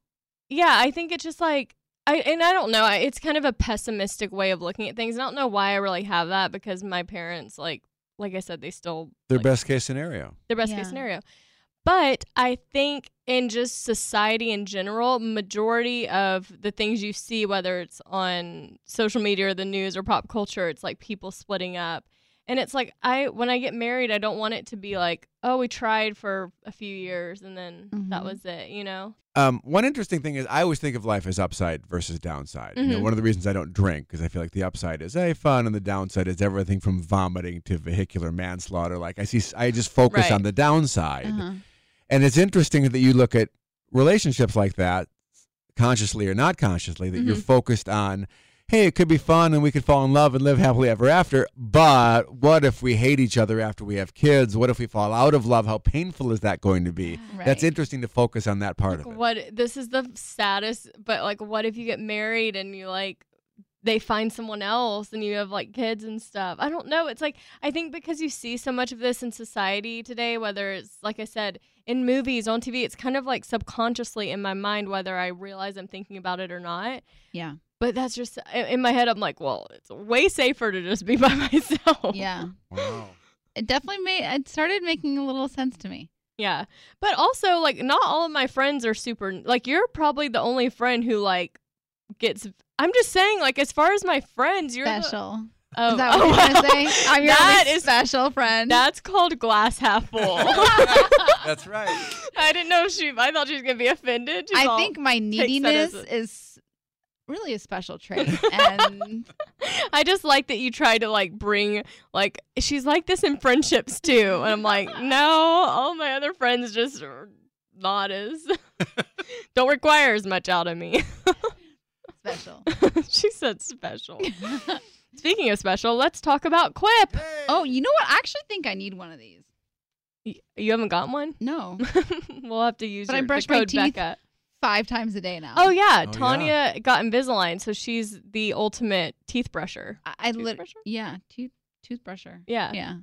B: Yeah, I think it's just like, I, and I don't know. I- It's kind of a pessimistic way of looking at things. And I don't know why I really have that because my parents, like, like I said, they still
A: Their
B: like,
A: best case scenario.
B: their best
C: Yeah.
B: case scenario. But I think in just society in general, majority of the things you see, whether it's on social media or the news or pop culture, it's like people splitting up. And it's like I when I get married, I don't want it to be like, oh, we tried for a few years and then that
C: Mhm.
B: was it, you know?
A: Um, one interesting thing is I always think of life as upside versus downside. You know,
B: Mhm.
A: one of the reasons I don't drink because I feel like the upside is hey fun and the downside is everything from vomiting to vehicular manslaughter. Like I see, I just focus
B: Right.
A: on the downside,
C: Uh-huh.
A: and it's interesting that you look at relationships like that, consciously or not consciously, that you're focused on. Hey, it could be fun and we could fall in love and live happily ever after. But what if we hate each other after we have kids? What if we fall out of love? How painful is that going to be? That's
C: Right.
A: interesting to focus on that part
B: Like,
A: of it.
B: what this is the saddest, but like what if you get married and you like they find someone else and you have like kids and stuff. I don't know. It's like I think because you see so much of this in society today, whether it's like I said, in movies, on TV, it's kind of like subconsciously in my mind whether I realize I'm thinking about it or not.
C: Yeah.
B: But that's just i- in my head I'm like, well, it's way safer to just be by myself.
C: Yeah.
A: Wow.
C: It definitely made it started making a little sense to me.
B: Yeah. But also like not all of my friends are super like you're probably the only friend who like gets I'm just saying like as far as my friends you're the-
C: Special.
B: oh,
C: Is that what you're
B: wow.
C: gonna say? I'm your
B: That
C: only
B: is-
C: special friend.
B: That's called glass half full.
A: That's right.
B: I didn't know if she I thought she was going to be offended. She's
C: I
B: all-
C: think my neediness
B: as a-
C: is really a special trait. And
B: I just like that you try to like bring like she's like this in friendships too and I'm like no all my other friends just are not as don't require as much out of me.
C: special.
B: she said special. Speaking of special, let's talk about Quip.
C: Oh, you know what? I actually think I need one of these.
B: Y- You haven't got one?
C: No.
B: we'll have to use
C: But I
B: your, the
C: brush my
B: code
C: teeth.
B: Becca.
C: Five times a day now.
B: Oh yeah,
A: Oh,
B: Tanya got Invisalign, so she's the ultimate teeth brusher.
C: I, I lit-
B: Toothbrusher?
C: yeah, tooth toothbrusher.
B: Yeah.
C: Yeah.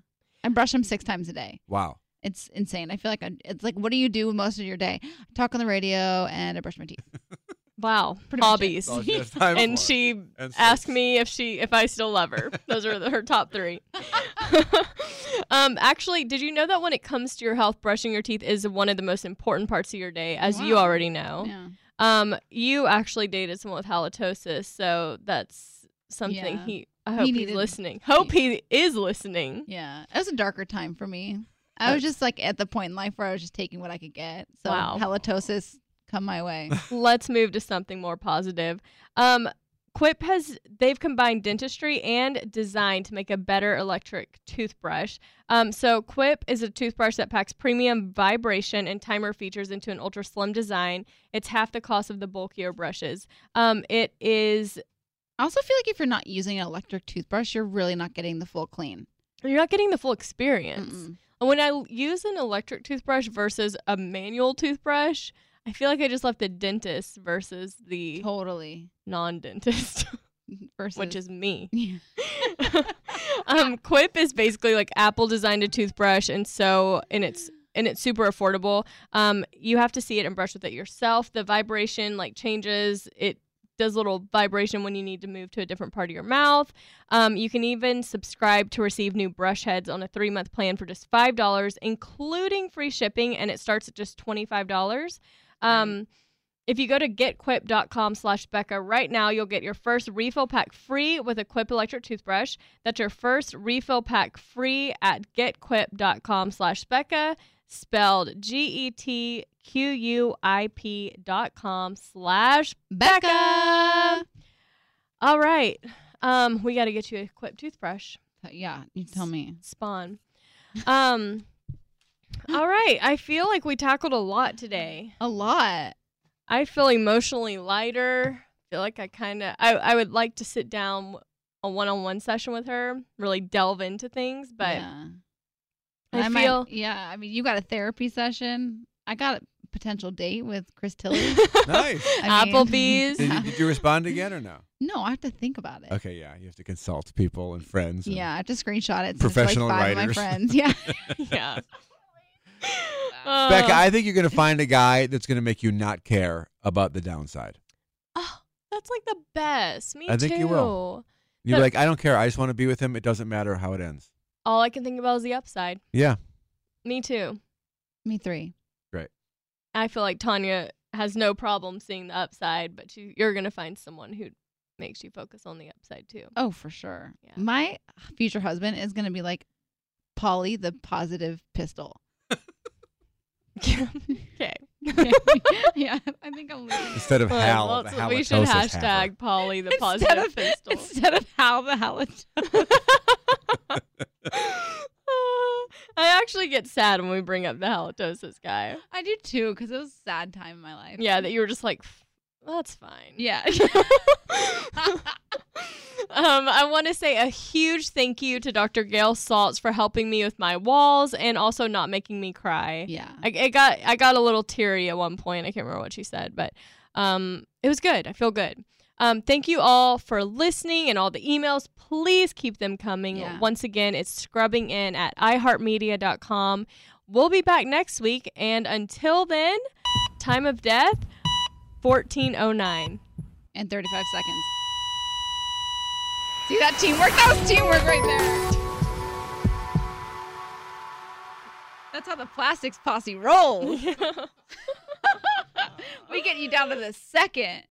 C: I brush them six times a day.
A: Wow.
C: It's insane. I feel like I, it's like, what do you do most of your day? I talk on the radio and I brush my teeth.
B: Wow,
C: Pretty much it.
B: hobbies.
A: Oh,
C: That's all she has
B: and she asked me if she if I still love her. Those are the- her top three. um, actually, did you know that when it comes to your health, brushing your teeth is one of the most important parts of your day, as you
C: Wow.
B: already know.
C: Yeah.
B: Um, you actually dated someone with halitosis, so that's something
C: Yeah.
B: he. I hope he's
C: needed-
B: listening. Hope he is listening.
C: Yeah. It was a darker time for me. I was just like at the point in life where I was just taking what I could get. So
B: Wow.
C: halitosis come my way.
B: Let's move to something more positive. Um, Quip has they've combined dentistry and design to make a better electric toothbrush. Um, so Quip is a toothbrush that packs premium vibration and timer features into an ultra slim design. It's half the cost of the bulkier brushes. Um, it is
C: I also feel like if you're not using an electric toothbrush, you're really not getting the full clean.
B: you're not getting the full experience.
C: Mm-mm.
B: When I l- use an electric toothbrush versus a manual toothbrush, I feel like I just left the dentist versus the
C: Totally.
B: non-dentist,
C: Versus,
B: which is me.
C: Yeah.
B: um, Quip is basically like Apple designed a toothbrush, and so and it's and it's super affordable. Um, you have to see it and brush with it yourself. The vibration like changes. It does little vibration when you need to move to a different part of your mouth. Um, you can even subscribe to receive new brush heads on a three month plan for just five dollars, including free shipping, and it starts at just twenty five dollars. Um, If you go to getquip.com slash Becca right now, you'll get your first refill pack free with a Quip electric toothbrush. That's your first refill pack free at getquip.com slash Becca, spelled G E T Q U I P dot com slash
C: Becca.
B: All right. Um, we got to get you a Quip toothbrush.
C: Yeah, you tell me.
B: Spawn. Um. all right. I feel like we tackled a lot today.
C: A lot.
B: I feel emotionally lighter. feel like I kind of I, I would like to sit down a one-on-one session with her, really delve into things, but
C: yeah.
B: I
C: might-
B: feel-
C: yeah, I mean, you got a therapy session. I got a potential date with Chris Tilly.
A: Nice.
C: I mean-
B: Applebee's.
A: Did, you- did you respond again or no?
C: no, I have to think about it.
A: Okay, yeah. You have to consult people and friends. and-
C: Yeah, I have to screenshot it.
A: Professional
C: Professional like five
A: writers.
C: Of my friends. Yeah.
B: yeah.
A: Becca,
B: Uh,
A: I think you're going to find a guy that's going to make you not care about the downside.
B: oh, that's like the best. Me
A: I
B: too.
A: think you will. You're
B: But-
A: like, I don't care. I just want to be with him. It doesn't matter how it ends.
B: All I can think about is the upside.
A: Yeah.
B: Me too.
C: Me three.
B: I feel like Tanya has no problem seeing the upside, but you, you're gonna find someone who makes you focus on the upside too.
C: Oh, for sure.
B: Yeah.
C: My future husband is going to be like Polly the positive pistol.
B: okay.
C: yeah, I think I'm losing.
A: Instead of
B: Well,
A: Hal,
B: well,
A: the
B: so we should
A: halitosis
B: hashtag
A: hammer.
B: Polly the
C: Instead
B: positive
C: of,
B: pistol.
C: instead of how the hell it
B: I actually get sad when we bring up the halitosis guy.
C: I do too because it was a sad time in my life.
B: Yeah, that you were just like, that's fine.
C: Yeah.
B: um, I want to say a huge thank you to Dr. Gail Salts for helping me with my walls and also not making me cry.
C: yeah.
B: I, I got I got a little teary at one point. I can't remember what she said, but um, it was good. I feel good. Um, thank you all for listening and all the emails. Please keep them coming.
C: Yeah.
B: Once again, it's scrubbing in at iheartmedia.com. We'll be back next week, and until then, time of death, fourteen oh nine.
C: And 35 seconds. See that teamwork? That was teamwork right there. That's how the plastics posse rolls. we get you down to the second.